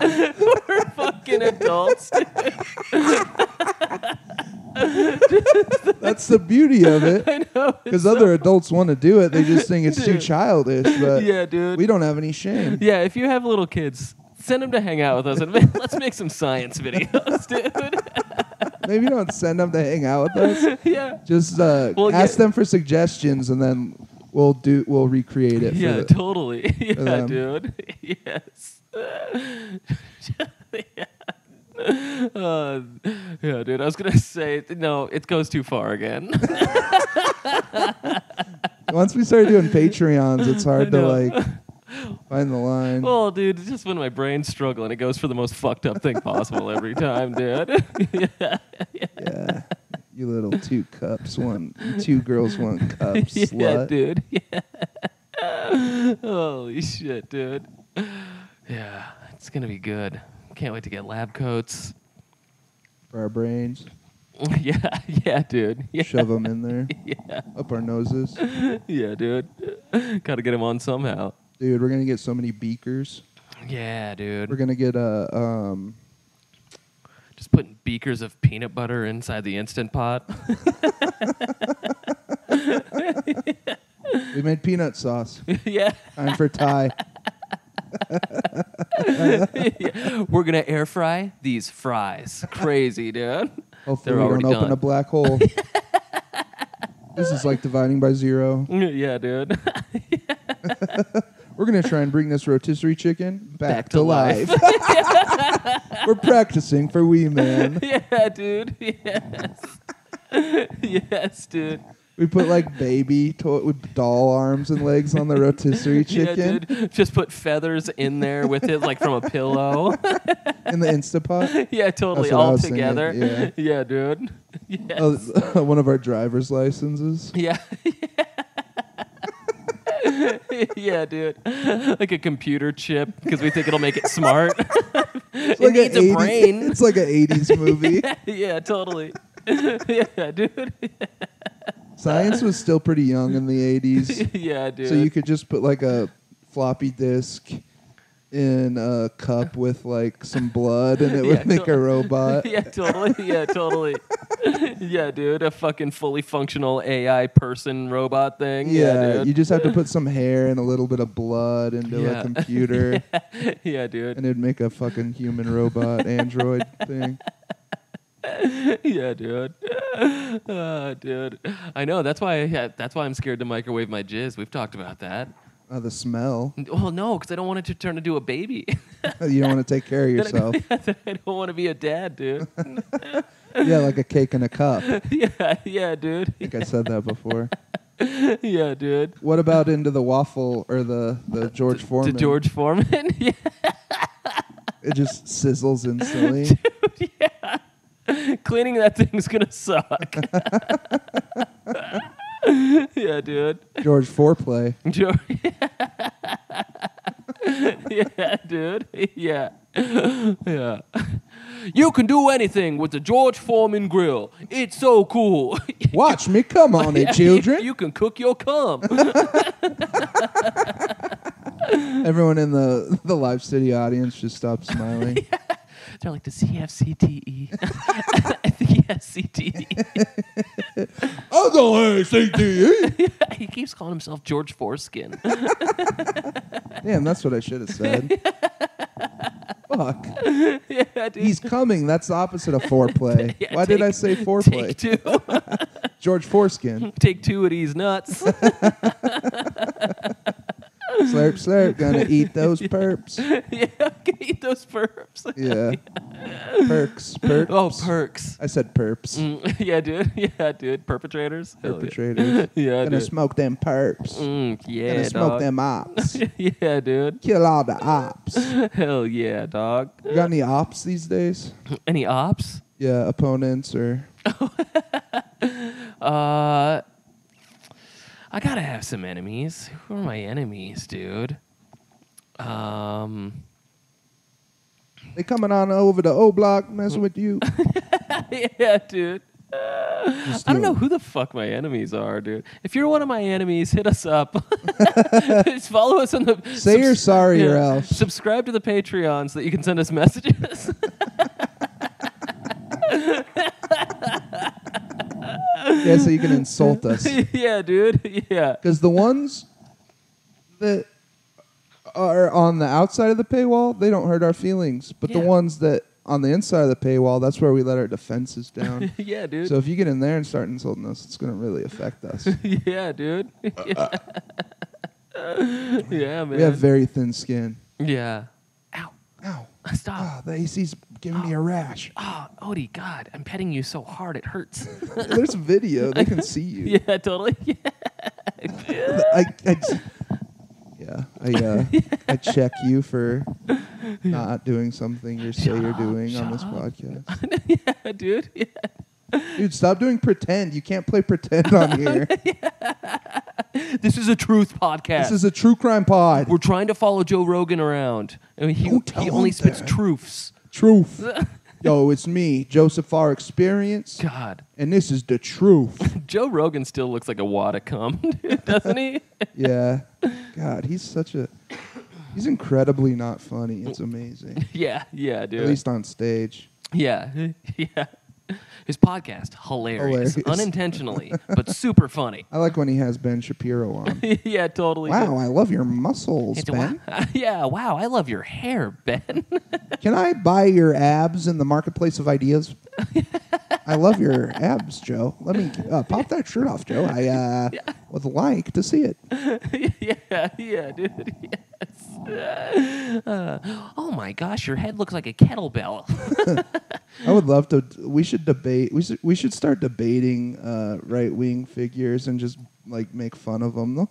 B: we're fucking adults, dude.
C: That's the beauty of it.
B: (laughs) I know.
C: Because other adults want to do it, they just think it's too childish. But
B: Yeah, dude.
C: we don't have any shame.
B: yeah, if you have little kids, Send him to hang out with us and (laughs) ma- let's make some science videos, (laughs) dude.
C: Maybe don't send them to hang out with us.
B: yeah.
C: Just uh,
B: Well,
C: ask
B: yeah.
C: them for suggestions, and then we'll do we'll recreate it.
B: Yeah,
C: for the,
B: totally. (laughs)
C: for
B: Yeah,
C: them.
B: dude. (laughs) yes. yeah. Uh, yeah, dude. I was gonna say no. It goes too far again. (laughs)
C: once we start doing Patreons, it's hard to
B: know.
C: like find the line.
B: well, dude, it's just when my brain's struggling, it goes for the most fucked up thing possible every time, dude. (laughs)
C: yeah, you little two cups, one two girls, one cup
B: (laughs) Yeah,
C: slut.
B: dude. (laughs) Yeah. Holy shit, dude. Yeah, it's gonna be good. Can't wait to get lab coats. (laughs)
C: For our brains,
B: yeah, yeah, dude. (laughs) Yeah,
C: shove them in there,
B: yeah,
C: up our noses,
B: yeah, dude. Gotta get him on somehow.
C: dude. We're gonna get so many beakers.
B: Yeah, dude.
C: We're gonna get a um.
B: Just putting beakers of peanut butter inside the instant pot. (laughs)
C: We made peanut sauce.
B: yeah.
C: Time for
B: (laughs)
C: Thai.
B: yeah. We're gonna air fry these fries. Crazy, (laughs) dude.
C: Hopefully,
B: They're
C: we don't
B: already
C: open
B: done.
C: a black
B: (laughs)
C: hole. this is like dividing by zero.
B: yeah, dude. (laughs)
C: We're gonna try and bring this rotisserie chicken back,
B: Back
C: to,
B: to
C: life. (laughs) We're practicing for Wee Man.
B: yeah, dude. (laughs) Yes. (laughs) yes, dude.
C: We put like baby toy with doll arms and legs on the rotisserie
B: (laughs) Yeah,
C: chicken
B: dude. Just put feathers in there with it, like from
C: (laughs)
B: a pillow.
C: in the
B: (laughs)
C: Instapot.
B: yeah, totally.
C: That's what I
B: All
C: was thinking,
B: together.
C: yeah.
B: dude. (laughs) Yeah.
C: Oh, (laughs) one of our driver's licenses.
B: Yeah. (laughs) yeah, dude. Like a computer chip because we think it'll make it smart. (laughs)
C: It's
B: it needs a
C: (laughs)
B: brain.
C: It's like an '80s movie.
B: (laughs) yeah, totally. (laughs) yeah, dude. (laughs)
C: Science was still pretty young in the '80s.
B: (laughs) yeah, dude.
C: So you could just put like a floppy disk in a cup with like some blood, and it would
B: (laughs) Yeah,
C: make
B: so-
C: a robot.
B: (laughs) yeah, totally. Yeah, totally. (laughs) yeah, dude. A fucking fully functional AI person robot thing. Yeah,
C: Yeah, you
B: dude.
C: just have to put some hair and a little bit of blood into
B: Yeah.
C: a computer,
B: (laughs) (laughs) yeah, dude.
C: and it'd make a fucking human robot
B: (laughs)
C: android thing.
B: yeah, dude. (laughs) Uh, dude. I know. That's why. Yeah, that's why I'm scared to microwave my jizz. We've talked about that.
C: Oh, the smell. (laughs)
B: Well, no, because I don't want it to turn into a baby. (laughs)
C: you don't want to take care of
B: Then I don't- (laughs)
C: yourself.
B: I don't want to be a dad, dude. (laughs)
C: yeah, like a cake in a cup. I
B: yeah, yeah, dude. (laughs)
C: think I said that before.
B: Yeah, dude.
C: What about into the waffle or the the George Foreman?
B: Uh, To George Foreman. (laughs) yeah,
C: It just
B: (laughs)
C: sizzles instantly.
B: cleaning that thing's gonna suck. (laughs) yeah, dude.
C: George
B: (laughs)
C: foreplay.
B: George. yeah, dude. (laughs) Yeah. Yeah. You can do anything with the George Foreman grill. It's so cool. (laughs)
C: Watch me come on it, children.
B: you can cook your cum. (laughs)
C: Everyone in the the live city audience just stopped
B: (laughs)
C: smiling.
B: They're like, does he have CTE? (laughs) I think he has E. CTE.
C: I don't have CTE.
B: (laughs) he keeps calling himself George Foreskin. (laughs)
C: Damn, that's what I should have said.
B: (laughs)
C: Fuck.
B: yeah, dude.
C: He's coming. That's the opposite of foreplay.
B: (laughs) Yeah,
C: Why did
B: take-
C: I say
B: Take
C: foreplay?
B: two. (laughs)
C: George Foreskin.
B: Take two of these nuts. (laughs)
C: Slurp, slurp. Gonna eat those
B: (laughs)
C: perps.
B: yeah, okay, eat those perps.
C: Yeah. Perks, perps.
B: Oh, perks.
C: I said perps.
B: Mm, (laughs) yeah, dude. Yeah, dude. Perpetrators. Hell yeah.
C: Perpetrators.
B: (laughs) Yeah,
C: Gonna
B: dude.
C: smoke them perps.
B: Mm, yeah,
C: Gonna smoke
B: dog.
C: them
B: (laughs)
C: ops.
B: yeah, dude.
C: Kill all the ops. You
B: Hell yeah, dog.
C: got any ops these days?
B: Any ops?
C: Yeah, opponents or
B: Uh, I gotta have some enemies. Who are my enemies, dude? Um, (laughs)
C: they coming on over to O Block messing with
B: (laughs)
C: you.
B: yeah, dude.
C: Just
B: I don't know
C: doing-
B: who the fuck my enemies are, dude. If you're one of my enemies, hit
C: (laughs)
B: us up. (laughs) Just follow us on the.
C: Say you're sorry or else.
B: Subscribe to the Patreon so that you can send us (laughs) messages.
C: Yeah, so you can
B: (laughs)
C: insult us.
B: yeah, dude. Yeah.
C: Because the ones that are on the outside of the paywall, they don't hurt our feelings. But
B: Yeah.
C: the ones that on the inside of the paywall, that's where we let our
B: (laughs)
C: defenses down.
B: yeah, dude.
C: so if you get in there and start insulting us, it's going to really affect
B: (laughs)
C: us.
B: yeah, dude. yeah. (laughs) yeah, man.
C: we have very thin skin.
B: yeah. Ow. uh,
C: Ow.
B: Stop.
C: Ah, the AC's giving me a
B: (laughs)
C: rash.
B: Oh, Odie, God, I'm petting you so hard it hurts. (laughs)
C: There's video. They can see you.
B: yeah, totally. (laughs) Yeah.
C: I, I j- yeah, I,
B: (laughs)
C: uh, I check you for not doing something you say you're doing on this podcast.
B: yeah, dude. Yeah.
C: Dude, stop doing pretend. You can't play pretend
B: (laughs)
C: on here.
B: This is a truth podcast.
C: This is a true crime pod.
B: We're trying to follow Joe Rogan around. I mean, he,
C: Don't tell
B: he only
C: him
B: spits
C: that.
B: truths. (laughs)
C: truth. Yo, it's me, Joseph R. Experience,
B: God,
C: and this is the truth.
B: Joe Rogan still looks like a wad of cum, (laughs) dude, doesn't he? (laughs)
C: Yeah. God, he's such a. He's incredibly not funny. It's amazing.
B: yeah, yeah, dude.
C: At least on stage.
B: Yeah, (laughs) yeah. His podcast hilarious,
C: Hilarious.
B: unintentionally, but super funny.
C: I like when he has Ben Shapiro
B: (laughs)
C: on.
B: yeah, totally.
C: Wow, I love your muscles,
B: It's a-
C: Ben.
B: (laughs) yeah, wow. I love your hair, Ben. (laughs)
C: Can I buy your abs in the marketplace of
B: (laughs)
C: ideas? I love your abs, Joe. Let me uh, pop that shirt off, Joe. I
B: (laughs)
C: uh, would like to see it.
B: yeah, yeah, dude. Yes. Uh, oh my gosh, your head looks like a kettlebell. (laughs)
C: I would love to. We should debate. We should, we should start debating uh, right wing figures and just like make fun of them.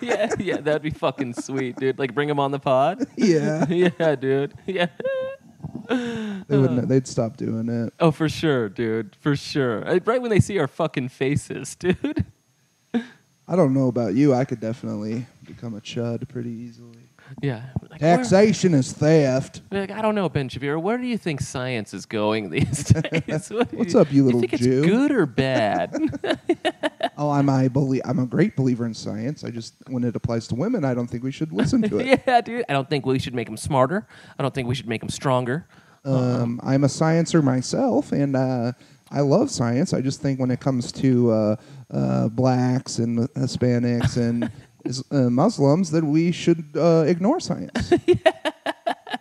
B: yeah, yeah, that'd be fucking sweet, dude. Like, bring him on
C: (laughs)
B: the pod.
C: (laughs) yeah,
B: yeah, dude. Yeah.
C: they wouldn't. They'd stop doing it.
B: Oh, for sure, dude. For sure. Uh, Right when they see our fucking faces, (laughs) dude.
C: I don't know about you. I could definitely become a chud pretty easily.
B: Yeah. Like, where-
C: Taxation is theft.
B: Like, I don't know, Ben Shapiro. Where do you think science is going these (laughs) days? What
C: (laughs)
B: do
C: What's up, you little
B: you think
C: Jew?
B: It's good
C: (laughs)
B: or bad?
C: Oh, I'm I believe I'm a great believer in science. I just when it applies to women, I don't think we should listen to it.
B: yeah, dude. I don't think we should make them smarter. I don't think we should make them stronger. Uh-huh.
C: Um, I'm a sciencer myself, and uh, I love science. I just think when it comes to uh, uh, blacks and Hispanics
B: (laughs)
C: and is- uh, Muslims, that we should uh, ignore science.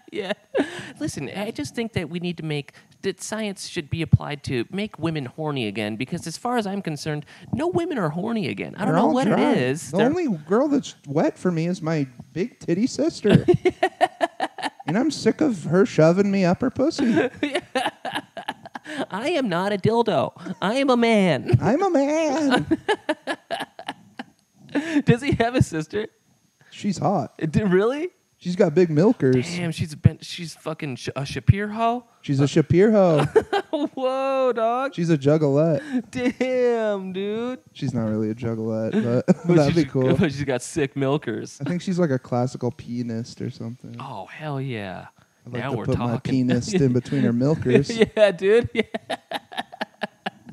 B: Yeah. (laughs) Listen, I just think that we need to make that science should be applied to make women horny again because as far as I'm concerned, no women are horny again. (laughs) I don't
C: They're
B: know
C: all
B: what
C: dry.
B: it is.
C: The
B: They're-
C: only girl that's wet for me is my big titty
B: (laughs)
C: sister. And I'm sick of her shoving me up her pussy.
B: (laughs) I am not a dildo. I am a man. (laughs)
C: I'm a man.
B: Does he have a sister?
C: She's hot.
B: D- really?
C: She's got big milkers.
B: Damn, she's been she's fucking sh- a Shapiro (laughs) hoe.
C: She's a Shapiro.
B: Whoa, dog.
C: She's a juggalette.
B: Damn, dude.
C: She's not really a juggalette,
B: But
C: but (laughs) that'd be
B: she's-
C: cool.
B: (laughs) But she's got sick milkers.
C: I think she's like a classical pianist or something. I'd
B: Oh hell yeah!
C: like
B: now
C: to
B: we're
C: put my
B: talking. (laughs)
C: pianist in between her milkers.
B: yeah, dude.
C: (laughs)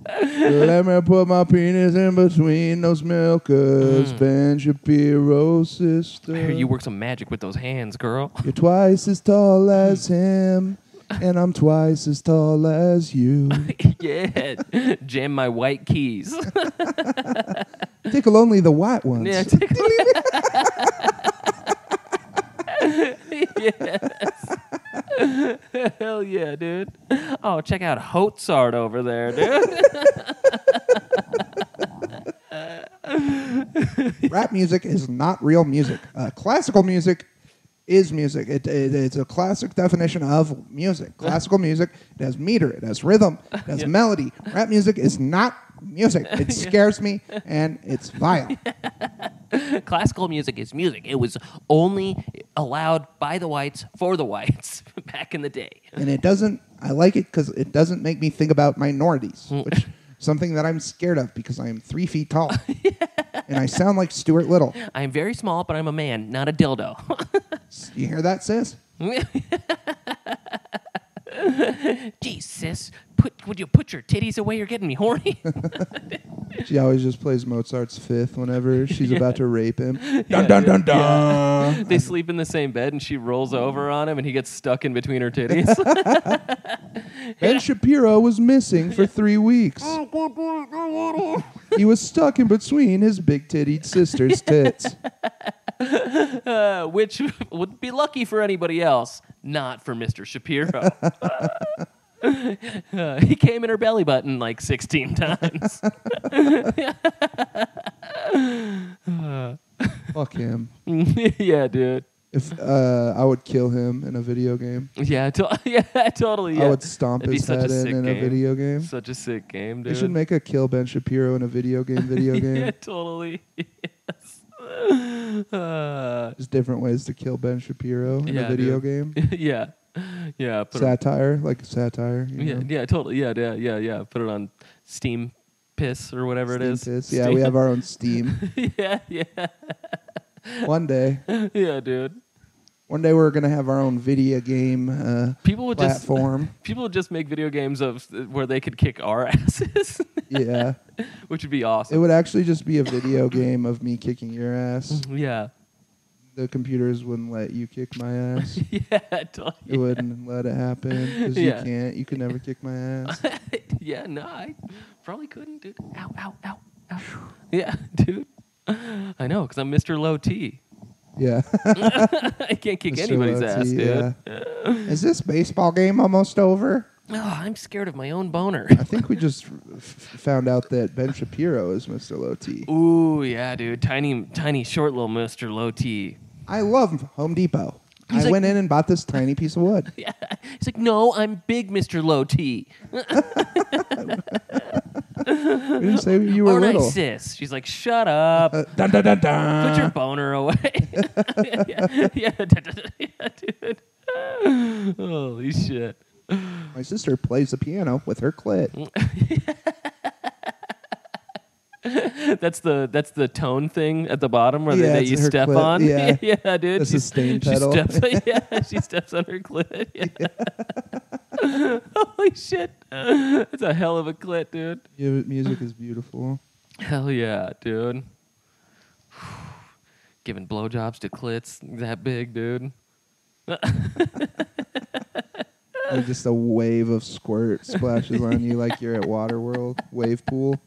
B: Yeah.
C: Let me put my penis in between those milkers. Ben Shapiro's
B: I
C: sister.
B: hear Mm. you work some magic with those
C: (laughs)
B: hands, girl. (laughs)
C: You're twice as tall
B: Mm.
C: as him, and I'm twice as tall as
B: (laughs)
C: you.
B: yeah, jam my white
C: (laughs)
B: keys.
C: Tickle only the white ones.
B: (laughs) yeah, tickle. (laughs) yes. (laughs) Hell yeah, dude. Oh, check out Hotzart over there,
C: (laughs)
B: dude.
C: Rap music is not real music. Uh, classical music is music. It, it, it's a classic definition of music. Classical music it has meter, it has rhythm, it has
B: Yeah.
C: melody. Rap music is not music. It scares me and it's vile.
B: Classical music is music. It was only allowed by the whites for the whites (laughs) back in the day.
C: And it doesn't, I like it because it doesn't make me think about minorities,
B: Mm.
C: which is something that I'm scared of because I'm three feet tall and I sound like Stuart Little.
B: (laughs) I'm very small, but I'm a man, not a dildo. (laughs)
C: You hear that, sis?
B: (laughs) Geez, sis, put would you put your titties away? You're getting
C: (laughs)
B: me horny.
C: She always just plays Mozart's fifth whenever she's about to rape him. Dun dun dun dun.
B: they sleep in the same bed, and she rolls over on him, and he gets stuck in between her titties.
C: (laughs)
B: (laughs)
C: Ben Shapiro was missing for three weeks.
B: (laughs)
C: he was stuck in between his big titted sister's tits.
B: uh, which would be lucky for anybody else, not for Mr. Shapiro. (laughs) Uh, he came in her belly button like 16 (laughs) times.
C: Fuck him.
B: yeah, dude.
C: If uh, I would kill him in a video game,
B: Yeah, to- (laughs) yeah, totally. Yeah.
C: I would stomp
B: It'd be
C: his
B: such a
C: head in
B: sick
C: in a
B: game.
C: video game.
B: Such a sick game,
C: They
B: dude.
C: should make a kill Ben Shapiro in a video game. Video game.
B: (laughs) yeah, totally. Yes. Uh,
C: There's different ways to kill Ben Shapiro in
B: Yeah,
C: a video game.
B: (laughs) yeah, yeah. Put it-
C: satire, like satire. You
B: yeah,
C: know?
B: yeah, totally. Yeah, yeah, yeah, yeah. Put it on Steam Piss or whatever it
C: Steam
B: is.
C: Pits. Yeah, we have our own
B: (laughs)
C: Steam.
B: yeah, yeah,
C: one day,
B: yeah, dude.
C: one day we're gonna have our own video game uh,
B: People would just (laughs)
C: platform.
B: people would just make video games of where they could kick our (laughs) asses,
C: yeah,
B: which would be
C: it
B: awesome.
C: would actually just be a video game of me kicking your ass.
B: yeah, (laughs)
C: The computers wouldn't let you kick my
B: (laughs)
C: ass.
B: yeah, totally.
C: It wouldn't let it happen because
B: Yeah.
C: you can't. You can never kick my
B: (laughs)
C: ass.
B: yeah, no, I probably couldn't, dude. Ow, ow, ow, ow. Yeah, (laughs) dude. I know, because I'm Mr. Low T. (laughs)
C: Yeah,
B: I can't kick
C: Mr.
B: anybody's
C: Low T,
B: ass, dude.
C: yeah. Is this baseball game almost over?
B: Oh, I'm scared of my
C: (laughs)
B: own boner.
C: I think we just f- found out that Ben Shapiro is Mr. Low T.
B: Ooh, yeah, dude. Tiny, tiny, short little Mr. Low T.
C: I love Home Depot.
B: He's
C: I
B: like-
C: went in and bought this tiny piece of wood.
B: (laughs) Yeah. He's like, no, I'm big Mr. Low T.
C: You didn't say you were
B: Aren't I
C: little.
B: sis? She's like, shut up.
C: (laughs) Uh, dun, dun, dun, dun.
B: Put your boner away. (laughs) yeah, yeah, yeah, dude. (laughs) Holy shit.
C: My sister plays the piano with her clit.
B: That's the that's the tone thing at the bottom where
C: Yeah,
B: they, that
C: it's
B: you
C: her
B: step
C: clit.
B: on.
C: Yeah.
B: (laughs) yeah, dude.
C: The
B: She-
C: sustain
B: she
C: pedal.
B: steps (laughs) on, yeah,
C: (laughs)
B: she steps on her clit. Yeah. (laughs) Holy shit. That's a hell of a clit, dude.
C: Mu- Music is beautiful.
B: Hell yeah, dude. (sighs) Giving blowjobs to clits that big, dude.
C: And just a wave of squirt splashes on you like you're at Waterworld wave pool.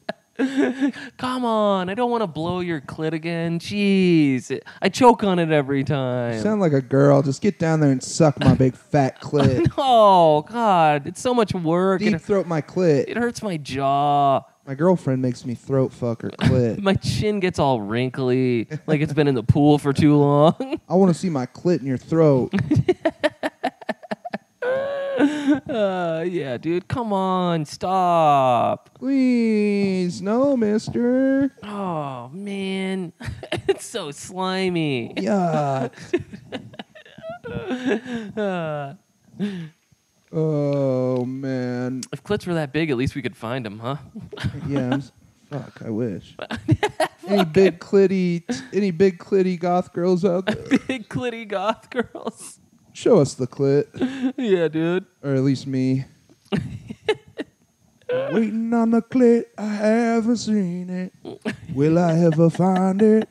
B: Come on, I don't want to blow your clit again. Jeez. I choke on it every
C: You
B: time.
C: sound like a girl. Just get down there and suck my big fat clit.
B: oh god, it's so much work.
C: Deep
B: It,
C: throat my
B: it
C: clit.
B: hurts my jaw.
C: My girlfriend makes me throat fuck her
B: (laughs)
C: clit.
B: My chin gets all wrinkly, like it's been in the pool for too long. (laughs)
C: I want to see my clit in your throat.
B: Uh, yeah, dude, come on, stop.
C: Please, no, mister.
B: Oh man, (laughs) it's so slimy.
C: Yuck. oh man.
B: If clits were that big, at least we could find them, huh?
C: Yeah. I'm s- fuck. I wish. any big clitty, any big clitty goth girls out
B: (laughs)
C: there?
B: big clitty goth girls. (laughs)
C: Show us the clit,
B: yeah, dude.
C: or at least me. Waiting on the clit, I haven't seen it. Will I ever find it?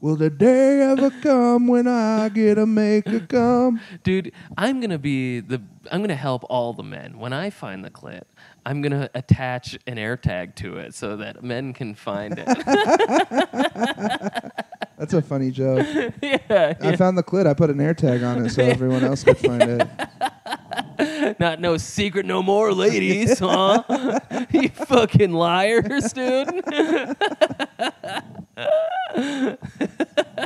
C: Will the day ever come when I get to make a come?
B: Dude, I'm gonna be the. I'm gonna help all the men when I find the clit. I'm gonna attach an air tag to it so that men can find it. (laughs)
C: That's a funny joke.
B: yeah,
C: I found the clit. I put an air tag on it so everyone else could find it.
B: Not no secret no more, ladies, huh? (laughs) you fucking liars, dude. (laughs)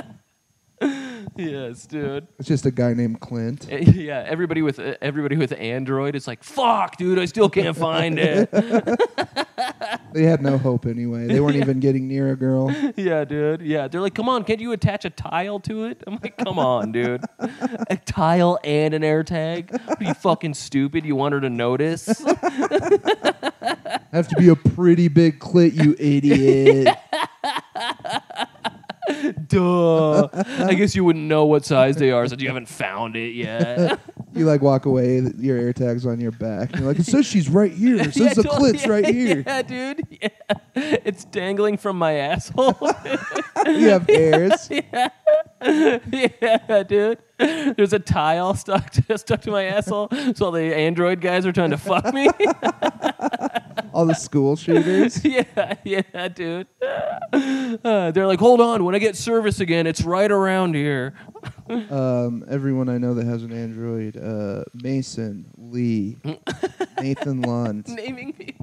B: yes, dude.
C: It's just a guy named Clint.
B: Eh, Yeah, everybody with eh, everybody with Android is like, "Fuck, dude, I still can't find it."
C: They had no hope anyway. They weren't even getting near a girl.
B: yeah, dude. Yeah, they're like, "Come on, can't you attach a tile to it?" I'm like, "Come
C: (laughs)
B: on, dude, a tile and an AirTag? What Are you fucking stupid? You want her
C: (laughs)
B: to notice?"
C: I have to be a pretty big clit, you idiot.
B: Duh. I guess you wouldn't know what size they are since you haven't found
C: (laughs)
B: it yet.
C: You like walk away, th- your air tag's on your back. And you're like, it says she's right here. It says
B: (laughs) Yeah,
C: the
B: totally.
C: clit's right here.
B: Yeah, dude. Yeah. It's dangling from my asshole. (laughs)
C: You have hairs.
B: yeah, dude. There's a tile (laughs) (laughs) stuck to, stuck to my asshole. So all the Android guys are trying to fuck me.
D: all the school
B: (laughs)
D: shooters.
B: yeah, yeah, dude. Uh, they're like, hold on, when I get service again, it's right around here. (laughs)
D: Um, everyone I know that has an Android, uh, Mason,
B: (laughs)
D: Lee, Nathan Lund.
B: Naming me.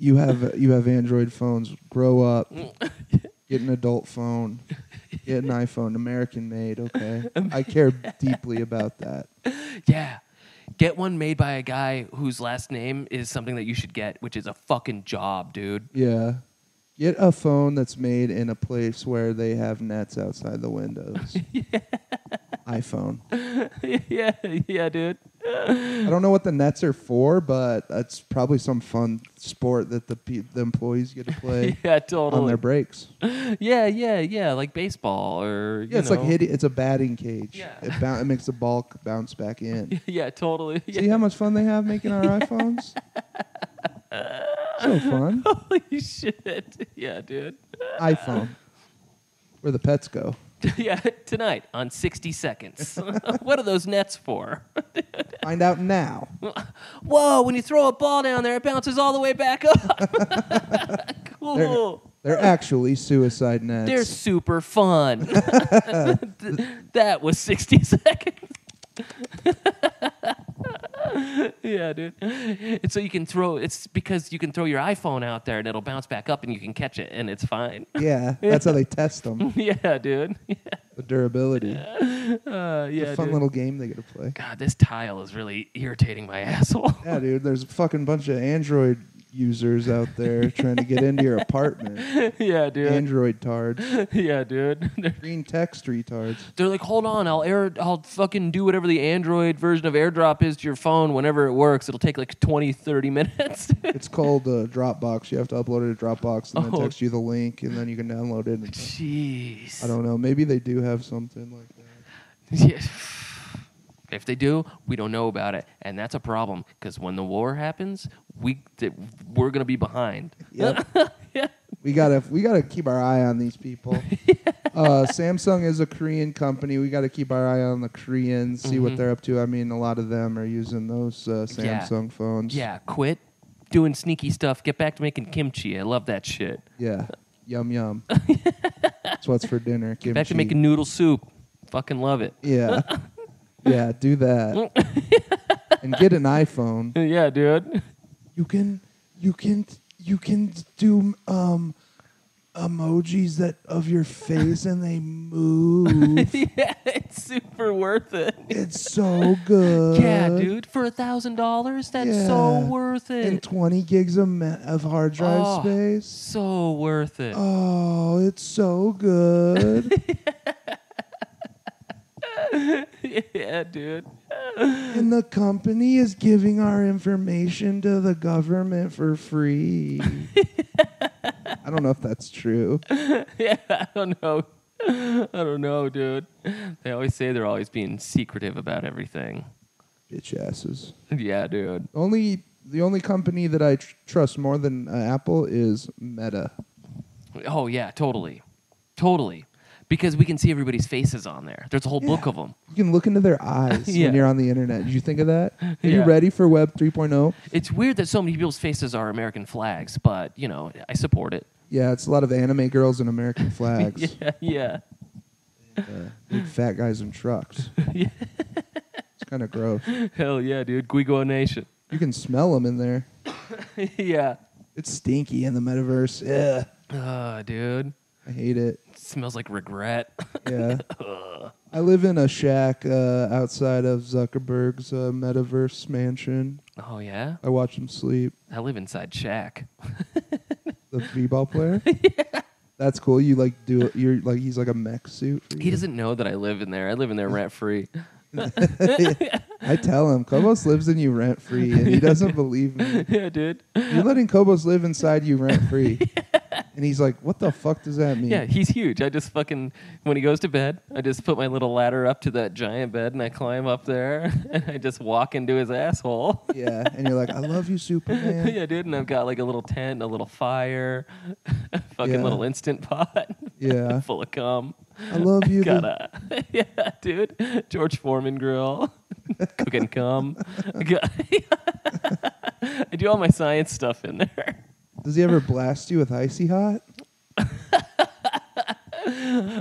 D: You have uh, you have Android phones. Grow up.
B: (laughs)
D: Get an adult phone. Get an iPhone, American made. Okay, I care deeply about that.
B: Yeah. Get one made by a guy whose last name is something that you should get, which is a fucking job, dude. (laughs)
D: Yeah. Get a phone that's made in a place where they have nets outside
B: (laughs)
D: the windows. iPhone.
B: yeah, yeah, dude.
D: I don't know what the nets are for, but that's probably some fun sport that the pe- the employees
B: (laughs)
D: get to play
B: Yeah,
D: on
B: totally.
D: their breaks.
B: yeah, yeah, yeah, like baseball or you
D: Yeah, it's
B: know.
D: like hitting. It's a batting cage.
B: Yeah.
D: It, bou- it makes the ball c- bounce back in.
B: (laughs) Yeah, totally. (laughs) Yeah.
D: See how much fun they have making our iPhones. so fun.
B: (laughs) Holy shit. (laughs) Yeah, dude.
D: iPhone. Where the pets go.
B: yeah, tonight on 60 Seconds. (laughs) what are those nets for?
D: Find out now.
B: Whoa, when you throw a ball down there, it bounces all the way back up. (laughs) cool.
D: They're actually suicide nets.
B: They're super (laughs) fun. Th- that was 60 seconds. (laughs) yeah, dude. It's so you can throw, it's because you can throw your iPhone out there and it'll bounce back up and you can catch it and it's fine. (laughs)
D: Yeah, that's how they test them.
B: yeah, dude. (laughs)
D: The durability.
B: Uh, yeah,
D: Fun
B: dude.
D: little game they get
B: (laughs)
D: to play.
B: God, this tile is really irritating my (laughs) asshole.
D: Yeah, dude. There's a fucking bunch of Android users out there trying to get into your apartment.
B: (laughs) yeah, dude.
D: Android tards,
B: (laughs) yeah, dude. (laughs) They're-
D: green text retards.
B: They're like, hold on, I'll air, I'll fucking do whatever the Android version of AirDrop is to your phone whenever it works. It'll take like 20, 30 minutes. (laughs)
D: It's called uh, Dropbox. You have to upload it to Dropbox, and
B: Oh.
D: then text you the link, and then you can download
B: (laughs)
D: it. And,
B: Jeez.
D: I don't know. Maybe they do have something like that.
B: (laughs) Yeah. If they do, we don't know about it, and that's a problem because when the war happens, we th- we're gonna be behind.
D: Yep.
B: (laughs) Yeah.
D: we gotta we gotta keep our eye on
B: (laughs)
D: these people. Uh, Samsung is a Korean company. We gotta keep our eye on the Koreans, see what they're up to. I mean, a lot of them are using those uh,
B: Mm-hmm. Yeah.
D: Samsung phones.
B: Yeah, quit doing sneaky stuff. Get back to making kimchi. I love that shit.
D: Yeah.
B: (laughs)
D: Yum yum. That's what's for dinner. Kimchi.
B: Back to making noodle soup. Fucking love it.
D: (laughs)
B: (laughs)
D: Yeah. Yeah, do that. and get an iPhone.
B: yeah, dude. (laughs)
D: You can you can you can do um emojis that of your face and they
B: (laughs)
D: move.
B: yeah, it's super worth it.
D: it's so good.
B: Yeah, dude. For a thousand dollars, that's so
D: Uh, Yeah.
B: worth it.
D: And 20 gigs of, me- of hard drive
B: Oh.
D: space.
B: so worth it.
D: Oh, it's so good.
B: (laughs) yeah, dude. (laughs)
D: and the company is giving our information to the government for free. I don't know if that's true.
B: yeah, I don't know. (laughs) I don't know, dude. They always say they're always being secretive about everything. (laughs)
D: Bitch asses.
B: Yeah, dude.
D: Only the only company that I tr- trust more than uh, Apple is Meta.
B: Oh, yeah, totally. Totally. Because we can see everybody's faces on there. There's a whole book
D: Yeah.
B: of them.
D: You can look into their eyes
B: Yeah.
D: when you're on the internet. Did you think of that? Are you
B: Yeah.
D: ready for Web oh? 3.0?
B: It's weird that so many people's faces are American flags, but, you know, I support it. (laughs)
D: Yeah, it's a lot of anime girls and American flags.
B: Yeah, yeah.
D: uh,
B: (laughs)
D: big fat guys in trucks.
B: Yeah.
D: It's kind of gross.
B: Hell yeah, dude. Guigo Nation. (laughs)
D: You can smell them in there.
B: yeah.
D: It's stinky in the metaverse. Yeah,
B: Oh, dude.
D: I hate it.
B: smells like regret. (laughs)
D: Yeah. I live in a shack uh, outside of Zuckerberg's uh, metaverse mansion.
B: oh, yeah?
D: I watch him sleep.
B: I live inside Shaq.
D: The b-ball
B: (laughs)
D: player. That's cool. You like do you're like he's like a mech suit. For
B: He
D: you.
B: doesn't know that I live in there. I live in there rent free.
D: I tell him Kobos lives in you rent free, and he doesn't
B: (laughs)
D: believe me.
B: (laughs) yeah, dude.
D: You're letting Kobos live inside you rent
B: (laughs)
D: free, and he's like, "What the fuck does that mean?"
B: Yeah, he's huge. I just fucking when he goes to bed, I just put my little ladder up to that giant bed and I climb up there (laughs) and I just walk into his asshole. (laughs)
D: Yeah, and you're like, I love you, Superman.
B: yeah, dude. And I've got like a little tent, a little fire, (laughs) a fucking
D: Yeah.
B: little instant pot (laughs)
D: Yeah.
B: full of cum.
D: I love you.
B: Got a (laughs) yeah, (laughs) dude. George Foreman grill, cooking cum. Got- (laughs) I do all my science stuff in there.
D: Does he ever blast you with icy hot?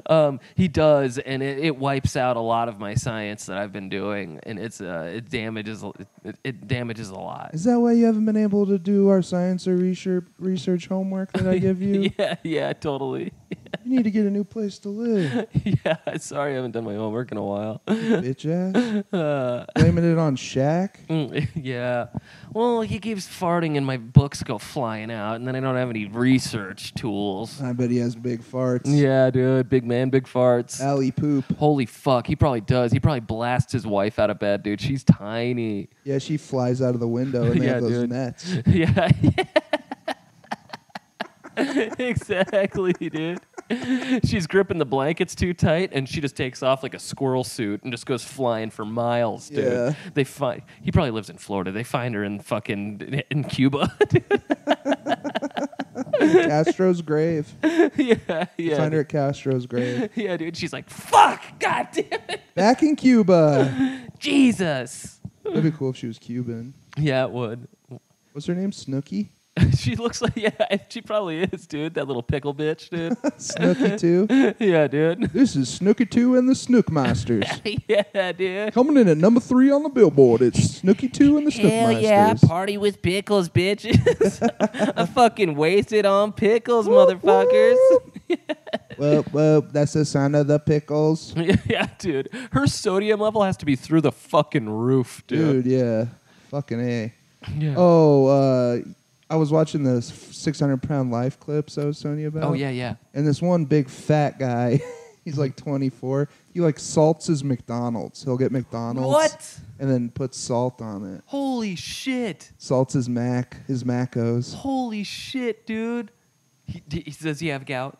B: Um, he does, and it, it wipes out a lot of my science that I've been doing, and it's uh, it damages it, it damages a lot.
D: Is that why you haven't been able to do our science or research research homework
B: (laughs)
D: that I give you?
B: yeah, yeah, totally. (laughs)
D: You need to get a new place to live,
B: yeah, sorry, I haven't done my homework in a while.
D: bitch ass.
B: Uh.
D: Blaming it on Shaq.
B: Mm, (laughs) yeah. Well, he keeps farting, and my books go flying out, and then I don't have any research tools.
D: I bet he has big farts.
B: Yeah, dude, big man, big farts.
D: Alley poop.
B: Holy fuck, he probably does. He probably blasts his wife out of bed, dude. She's tiny. (laughs)
D: Yeah, she flies out of the window and they
B: Yeah,
D: have those
B: dude. (laughs)
D: nets.
B: Yeah. exactly, dude. She's gripping the blankets too tight, and she just takes off like a squirrel suit and just goes flying for miles, dude.
D: Yeah.
B: They find he probably lives in Florida. They find her in fucking in Cuba. (laughs)
D: Castro's grave.
B: yeah, yeah.
D: Find her at Castro's grave.
B: Yeah, dude. She's like, "Fuck, god damn it,
D: Back in Cuba.
B: Jesus."
D: That'd be cool if she was Cuban.
B: Yeah, it would.
D: What's her name? Snooky?
B: (laughs) she looks like yeah, she probably is, dude. That little pickle bitch, dude. (laughs)
D: Snooky 2?
B: yeah, dude. (laughs)
D: This is Snooky 2 and the Snook Masters.
B: yeah, dude.
D: Coming in at number three on the billboard, it's Snooky 2 and the Snook
B: Hell
D: Masters.
B: yeah, party with pickles, bitches. (laughs) I fucking wasted on pickles, motherfuckers.
D: well, well, that's the sign of the pickles.
B: (laughs) yeah, dude. Her sodium level has to be through the fucking roof, dude.
D: Dude, yeah. Fucking A.
B: Yeah. Oh.
D: Oh, uh, I was watching the 600 pound life clips I was telling you about.
B: Oh, yeah, yeah.
D: And this one big fat guy, (laughs) he's like 24. He like salts his McDonald's. He'll get McDonald's.
B: What?
D: And then puts salt on it.
B: Holy shit.
D: Salts his Mac, his Macos.
B: Holy shit, dude. He, d- he does he have gout?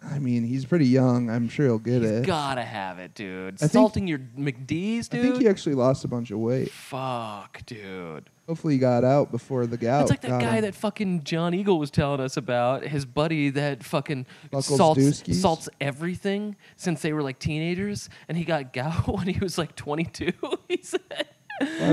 D: I mean, he's pretty young. I'm sure he'll get
B: He's
D: it.
B: gotta have it, dude.
D: I think-
B: Salting your McD's,
D: I
B: dude.
D: think he actually lost a bunch of weight.
B: Fuck, dude.
D: Hopefully, he got out before the gout.
B: It's like that
D: Oh, got
B: guy
D: him.
B: that fucking John Eagle was telling us about, his buddy that fucking
D: Buckles
B: salts,
D: Dooskies?
B: salts everything since they were like teenagers, and he got gout (laughs) when he was like 22. he said,
D: Why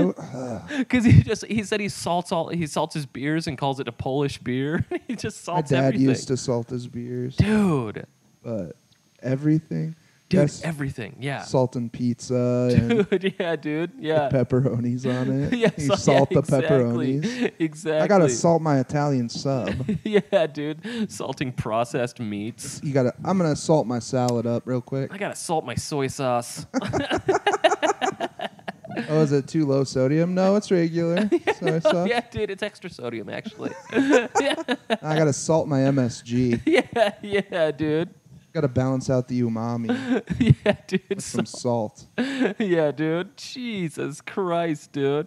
B: (laughs)
D: would- ugh.
B: because he just he said he salts all he salts his beers and calls it a Polish beer. (laughs) he just
D: my
B: salts
D: dad
B: everything,
D: used to salt his beers,
B: dude,
D: but everything.
B: dude,
D: Yes,
B: everything, yeah,
D: salt and pizza and
B: (laughs) dude, yeah, dude, yeah, (laughs)
D: pepperonis on it.
B: yeah,
D: you
B: so-
D: salt
B: yeah, (laughs)
D: the
B: exactly.
D: pepperonis.
B: exactly.
D: I gotta salt my
B: (laughs)
D: Italian sub.
B: yeah, dude, salting processed meats.
D: You gotta. I'm gonna salt my salad up real quick.
B: I gotta salt my soy sauce. (laughs)
D: Oh, is it too low sodium? No,
B: (laughs)
D: it's regular. Soy sauce.
B: yeah, dude, it's extra sodium actually. (laughs)
D: I gotta salt my MSG.
B: yeah, yeah, dude. (laughs)
D: Gotta balance out the umami
B: Yeah, dude.
D: with some salt.
B: (laughs) yeah, dude. Jesus Christ, dude.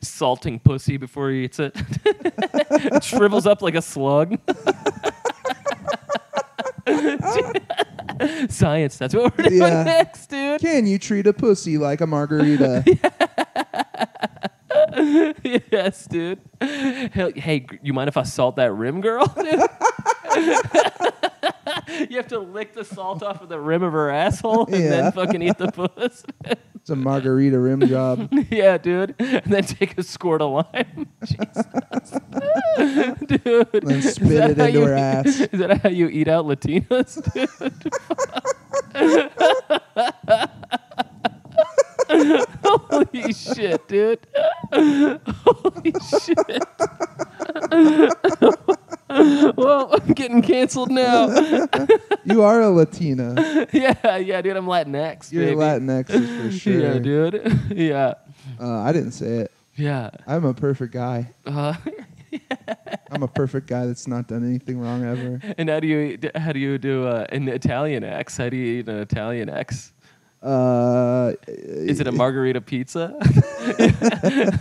B: Salting pussy before he eats it. (laughs) it shrivels up like a
D: (laughs)
B: slug. (laughs) Science, that's what we're doing
D: Yeah.
B: next, dude.
D: Can you treat a pussy like
B: (laughs)
D: a margarita?
B: yes, dude. Hell, hey, gr- you mind if I salt that rim, girl? (laughs) you have to lick the salt off of the rim of her asshole and
D: Yeah.
B: then fucking eat the puss.
D: It's a margarita rim job.
B: (laughs) yeah, dude. And then take a squirt of (laughs) lime. Jesus. dude.
D: Then
B: is
D: spit
B: that
D: it
B: how
D: into
B: you- (laughs)
D: her ass.
B: Is that how you eat out Latinas, (laughs) dude? Holy shit, dude. Holy shit. (laughs) well, I'm getting canceled now. (laughs)
D: You are a Latina.
B: yeah, yeah, dude. I'm Latinx.
D: You're
B: baby.
D: Latinx is for sure.
B: (laughs) Yeah, dude. yeah.
D: Uh, I didn't say it.
B: Yeah.
D: I'm a perfect guy.
B: Uh,
D: I'm a perfect guy that's not done anything wrong ever.
B: and how do you how do you do uh, an Italian X? How do you eat an Italian X?
D: Uh,
B: Is it a margarita pizza? (laughs)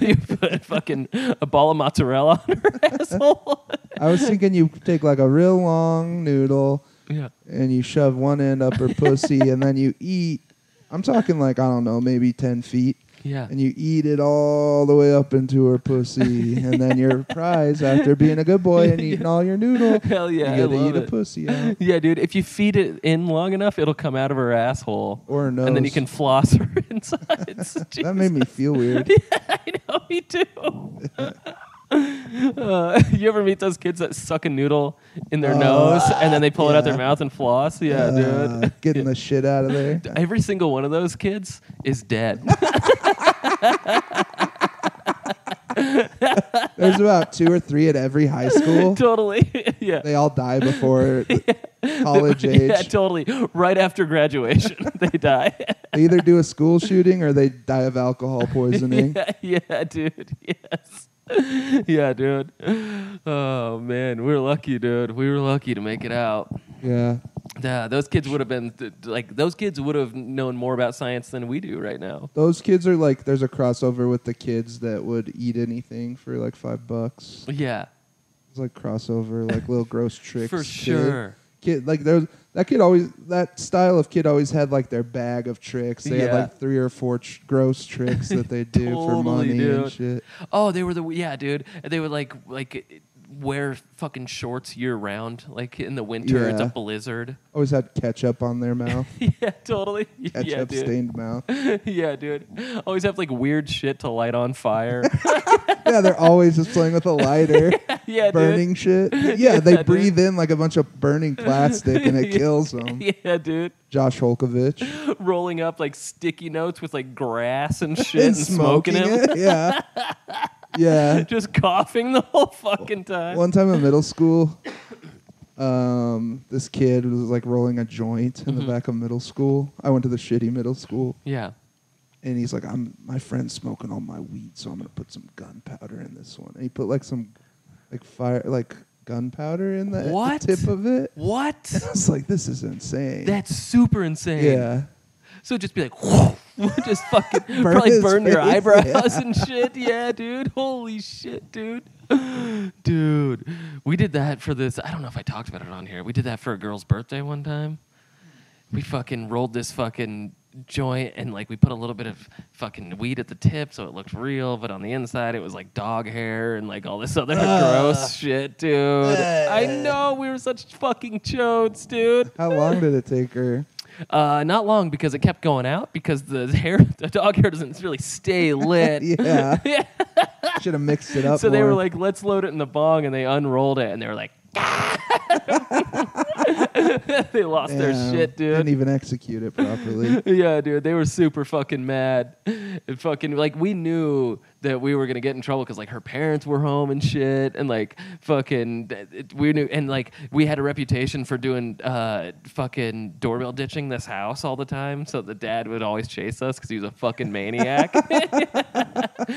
B: you put fucking a ball of mozzarella on her (laughs) asshole.
D: I was thinking you take like a real long noodle
B: yeah.
D: and you shove one end up her pussy and then you eat. I'm talking like, I don't know, maybe 10 feet.
B: Yeah. (laughs)
D: And you eat it all the way up into her pussy. And then
B: (laughs)
D: your prize after being a good boy and eating all your noodle.
B: Hell yeah, I
D: You gotta
B: love
D: eat a
B: it.
D: pussy out.
B: Yeah, dude. If you feed it in long enough, it'll come out of her asshole,
D: Or her
B: and then you
D: nose. (laughs)
B: can floss her (laughs) insides.
D: That made me feel weird.
B: (laughs) I know. we do. (laughs) Uh, you ever meet those kids that suck a noodle in their nose and then they pull it out their
D: Uh, yeah.
B: mouth and floss? Yeah,
D: Uh,
B: (laughs) dude.
D: Getting the shit out of there.
B: Every single one of those kids is dead.
D: (laughs)
B: (laughs)
D: There's about two or three at every high
B: (laughs)
D: school.
B: totally. yeah.
D: They all
B: (laughs)
D: die before college age.
B: Yeah, totally. Right after graduation, (laughs) they
D: (laughs)
B: die.
D: They either do a school shooting or they die of alcohol poisoning.
B: (laughs) yeah, yeah, dude. Yes. (laughs) Yeah, dude. Oh man, we were lucky, dude. We were lucky to make it out.
D: Yeah.
B: Yeah, those kids would have been th- like those kids would have known more about science than we do right now.
D: Those kids are like, there's a crossover with the kids that would eat anything for like five bucks.
B: Yeah,
D: It's like crossover, like little gross
B: (laughs)
D: tricks.
B: for
D: kid.
B: sure.
D: Kid, like there's that kid always that style of kid always had like their bag of tricks. They had
B: Yeah.
D: like three or four tr- gross tricks that they do for
B: Totally,
D: money and
B: dude.
D: shit.
B: Oh, they were the yeah, dude. They would like like wear fucking shorts year round. Like in the winter, it's a
D: Yeah.
B: blizzard. (laughs)
D: Always had ketchup on their mouth,
B: yeah, totally. (laughs) yeah,
D: ketchup
B: dude.
D: stained mouth.
B: (laughs) yeah, dude. Always have like weird shit to light on
D: (laughs)
B: fire. (laughs)
D: Yeah, they're always just playing with a lighter.
B: yeah,
D: burning shit. Yeah, they breathe in like a bunch
B: (laughs)
D: of burning plastic and it
B: Yeah.
D: kills them.
B: dude. (laughs) Yeah, dude. (laughs)
D: Josh Holkovich
B: Rolling up like sticky notes with like grass
D: (laughs)
B: and shit
D: and
B: and, smoking, him.
D: it. Yeah,
B: (laughs)
D: yeah.
B: Just coughing the whole fucking time.
D: One time in middle school, um, this kid was like rolling a joint in
B: Mm-hmm.
D: the back of middle school. I went to the shitty middle school,
B: Yeah.
D: and he's like, "I'm my friend's smoking all my weed, so I'm gonna put some gunpowder in this one." And he put like some like fire like gunpowder in the, the
B: What?
D: tip of it. And I
B: What?
D: was like, "This is insane."
B: That's super insane.
D: yeah.
B: So just be like, (laughs) whoa, just fucking
D: (laughs) Burn
B: probably
D: his
B: burn your
D: face,
B: eyebrows
D: yeah.
B: and shit. Yeah, dude. Holy shit, dude. (gasps) Dude, we did that for this. I don't know if I talked about it on here. We did that for a girl's birthday one time. We fucking rolled this fucking joint and like we put a little bit of fucking weed at the tip so it looked real, but on the inside it was like dog hair and like all this other
D: Ah.
B: gross shit, dude. I know we were such fucking chodes, dude.
D: How long did it
B: (laughs)
D: take her?
B: Uh, not long because it kept going out because the (laughs) hair, the dog hair doesn't really stay lit.
D: Yeah.
B: Yeah.
D: Should have mixed it up.
B: So they were
D: more.
B: like, let's load it in the bong, and they unrolled it, and they were like, (laughs) they lost
D: Damn,
B: their shit,
D: Didn't
B: dude.
D: even execute it
B: (laughs)
D: properly.
B: Yeah, dude, they were super fucking mad. And fucking like we knew that we were gonna get in trouble because like her parents were home and shit, and like fucking it- we knew, and like we had a reputation for doing uh fucking doorbell ditching this house all the time, so the dad would always chase us because he was a fucking maniac. (laughs)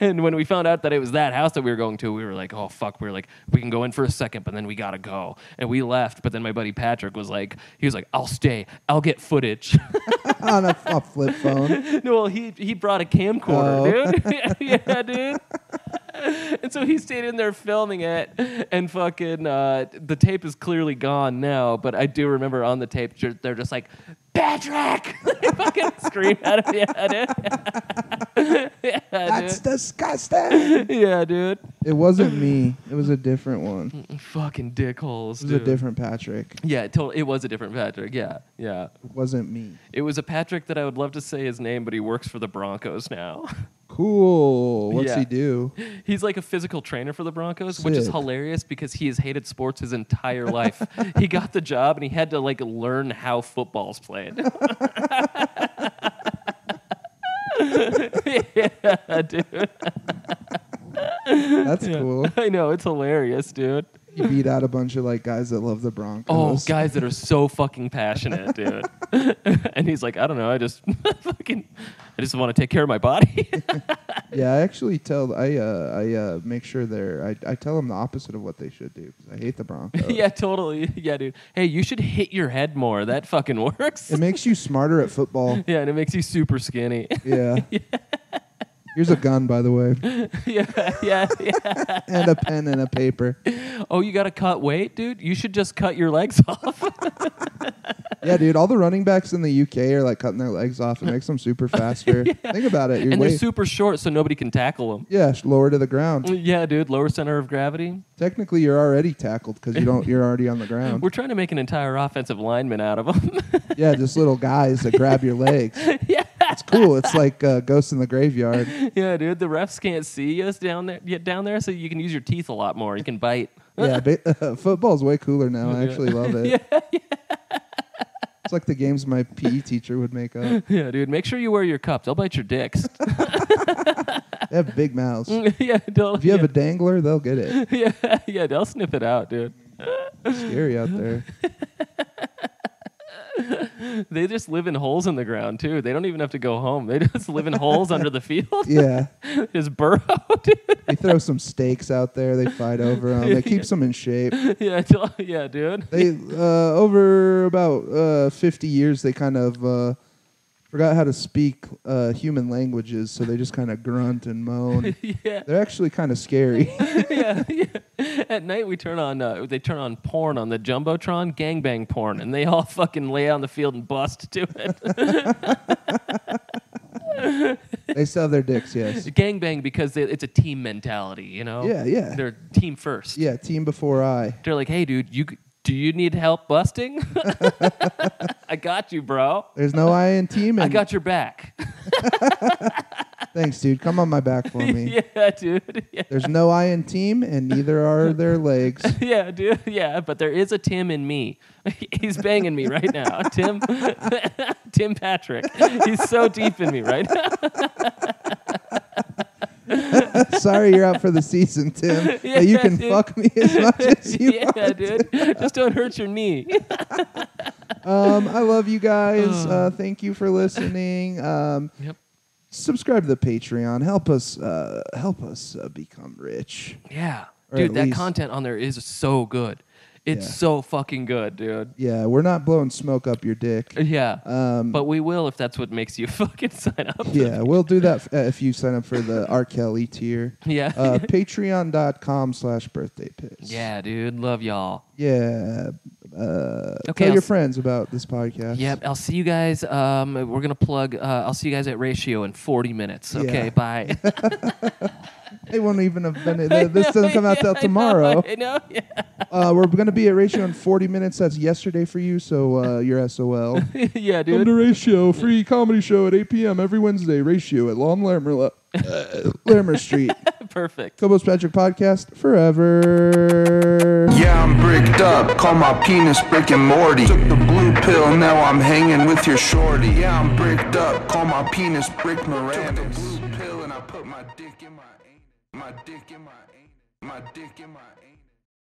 B: and when we found out that it was that house that we were going to, we were like, oh fuck, we were like, we can go in for a second, but then we gotta go, and we left. But then my buddy Patrick was like, he was like, I'll stay, I'll get footage. (laughs)
D: On a, a flip phone.
B: No, (laughs) well, he he brought a camcorder, dude. (laughs) yeah, yeah, dude. and so he stayed in there filming it, and fucking uh, the tape is clearly gone now. But I do remember on the tape, ju- they're just like Patrick, (laughs) they fucking scream at him. (laughs) Yeah, dude. yeah,
D: That's disgusting.
B: dude. Yeah, dude.
D: It wasn't me. It was a different one. It
B: Fucking dickholes,
D: was
B: dude.
D: a different Patrick.
B: yeah, it, tot- it was a different Patrick. Yeah, yeah.
D: It wasn't me.
B: It was a Patrick that I would love to say his name, but he works for the Broncos now. (laughs)
D: Cool. What's
B: Yeah.
D: he do?
B: He's like a physical trainer for the Broncos, which is
D: Sick.
B: hilarious because he has hated sports his entire
D: (laughs)
B: life. he got the job and he had to like learn how football's played. (laughs) yeah, dude. (laughs)
D: That's cool.
B: I know it's hilarious, dude.
D: He beat out a bunch of like guys that love the Broncos.
B: Oh, guys that are so fucking passionate, dude. (laughs) and he's like, I don't know, I just (laughs) fucking, I just want to take care of my body. (laughs)
D: Yeah, I actually tell I uh I uh make sure they're I I tell them the opposite of what they should do 'cause I hate the Broncos.
B: (laughs) yeah, totally. Yeah, dude. Hey, you should hit your head more. That fucking works.
D: It makes you smarter at football.
B: (laughs) yeah, and it makes you super skinny. (laughs)
D: Yeah. Here's a gun, by the way,
B: (laughs) yeah, yeah, yeah.
D: and a pen and a paper.
B: Oh, you got to cut weight, dude? You should just cut your legs (laughs) off.
D: Yeah, dude, all the running backs in the UK are like cutting their legs off. It makes
B: (laughs)
D: them super faster. Think about it. Your
B: and they're
D: weight,
B: super short, so nobody can tackle them.
D: yeah, sh- lower to the ground.
B: Yeah, dude, lower center of gravity.
D: Technically, you're already tackled because you don't. You're already
B: (laughs)
D: on the ground.
B: We're trying (laughs) to make an entire offensive lineman out of them. (laughs)
D: yeah, just little guys that grab your legs.
B: yeah,
D: It's cool. It's like uh, Ghost in the Graveyard.
B: yeah, dude. The refs can't see us down there. Yet down there, so you can use your teeth a lot more. You can bite.
D: Yeah, ba- (laughs) football's way cooler now.
B: (laughs)
D: I
B: Yeah.
D: actually love it. It's like the games my PE teacher would make up.
B: Yeah, dude. Make sure you wear your cups. I'll bite your
D: (laughs)
B: dicks. (laughs)
D: They have big mouths. If
B: yeah, they'll,
D: you
B: Mm. yeah,
D: have a dangler, they'll get it.
B: (laughs) yeah, yeah, they'll sniff it out, dude.
D: Scary out there.
B: They just live in holes in the ground too. They don't even have to go home. They (laughs) just live in holes under the field.
D: Yeah,
B: (laughs) just burrow, (laughs) dude.
D: they throw some stakes out there. They fight over them.
B: (laughs)
D: It keeps them in shape.
B: Yeah, till- yeah, dude. (laughs)
D: They uh, over about uh, 50 years, they kind of uh, forgot how to speak uh, human languages, so they just kind of grunt and moan.
B: (laughs) yeah,
D: They're actually kind of scary.
B: yeah, yeah. At night we turn on. Uh, they turn on porn on the jumbotron, gangbang porn, and they all fucking lay out on the field and bust to it.
D: (laughs) they sell their dicks. Yes.
B: gangbang because they, it's a team mentality, you know.
D: Yeah, yeah.
B: They're team first.
D: Yeah. Team before I.
B: They're like, hey, dude, you c- do you need help
D: (laughs)
B: busting? (laughs) I got you, bro.
D: There's no I in team.
B: (laughs)
D: And
B: I got your back.
D: Thanks, dude. Come on my back
B: (laughs)
D: for (laughs) me.
B: yeah, dude. (laughs) Yeah.
D: There's no I in team, and neither
B: (laughs)
D: are their legs.
B: Yeah, dude. Yeah, but there is a Tim in me. (laughs) He's banging me right now. Tim (laughs) Tim Patrick. He's so deep in me right now.
D: Sorry, you're out for the season,
B: (laughs)
D: Tim. but you
B: Yeah,
D: can
B: dude.
D: fuck me
B: (laughs)
D: as much as (laughs) you
B: yeah, dude. Just don't hurt your
D: (laughs)
B: knee.
D: um, I love you guys. Uh, thank you for listening. Um,
B: Yep.
D: subscribe to the Patreon. Help us. Uh, help us uh, become rich.
B: Yeah.
D: Or at
B: dude, that
D: least-
B: content on there is so good. It's
D: Yeah.
B: so fucking good, dude.
D: Yeah, we're not blowing smoke up your dick.
B: Yeah.
D: Um,
B: but we will if that's what makes you (laughs) fucking sign up.
D: yeah, we'll do that f- uh, if you sign up for the R. Kelly tier.
B: (laughs) Yeah.
D: Uh, Patreon.com slash birthday piss.
B: yeah, dude. Love y'all.
D: Yeah. Uh,
B: Okay,
D: tell
B: I'll
D: your
B: s-
D: friends about this podcast.
B: Yep. I'll see you guys. Um, we're gonna plug. Uh, I'll see you guys at Ratio in 40 minutes.
D: Yeah.
B: Okay. Bye.
D: They won't even have
B: (laughs)
D: been. th- (laughs) This doesn't come out till tomorrow.
B: I know. (laughs) Yeah.
D: Uh, we're going to be at ratio in 40 minutes. That's yesterday for you, so uh, you're SOL.
B: yeah, (laughs)
D: Come
B: dude.
D: to Ratio, free comedy show at 8 p.m. every Wednesday. Ratio at Long Larimer, uh, Larimer (laughs) Street.
B: Perfect.
D: Kobo's Patrick Podcast forever.
E: Yeah, I'm bricked up. Call my penis Brick and Morty. Took the blue pill, now I'm hanging with your shorty. Yeah, I'm bricked up. Call my penis Brick Moranis. Took the blue pill and I put my dick in my anus. My dick in my anus. My dick in my anus.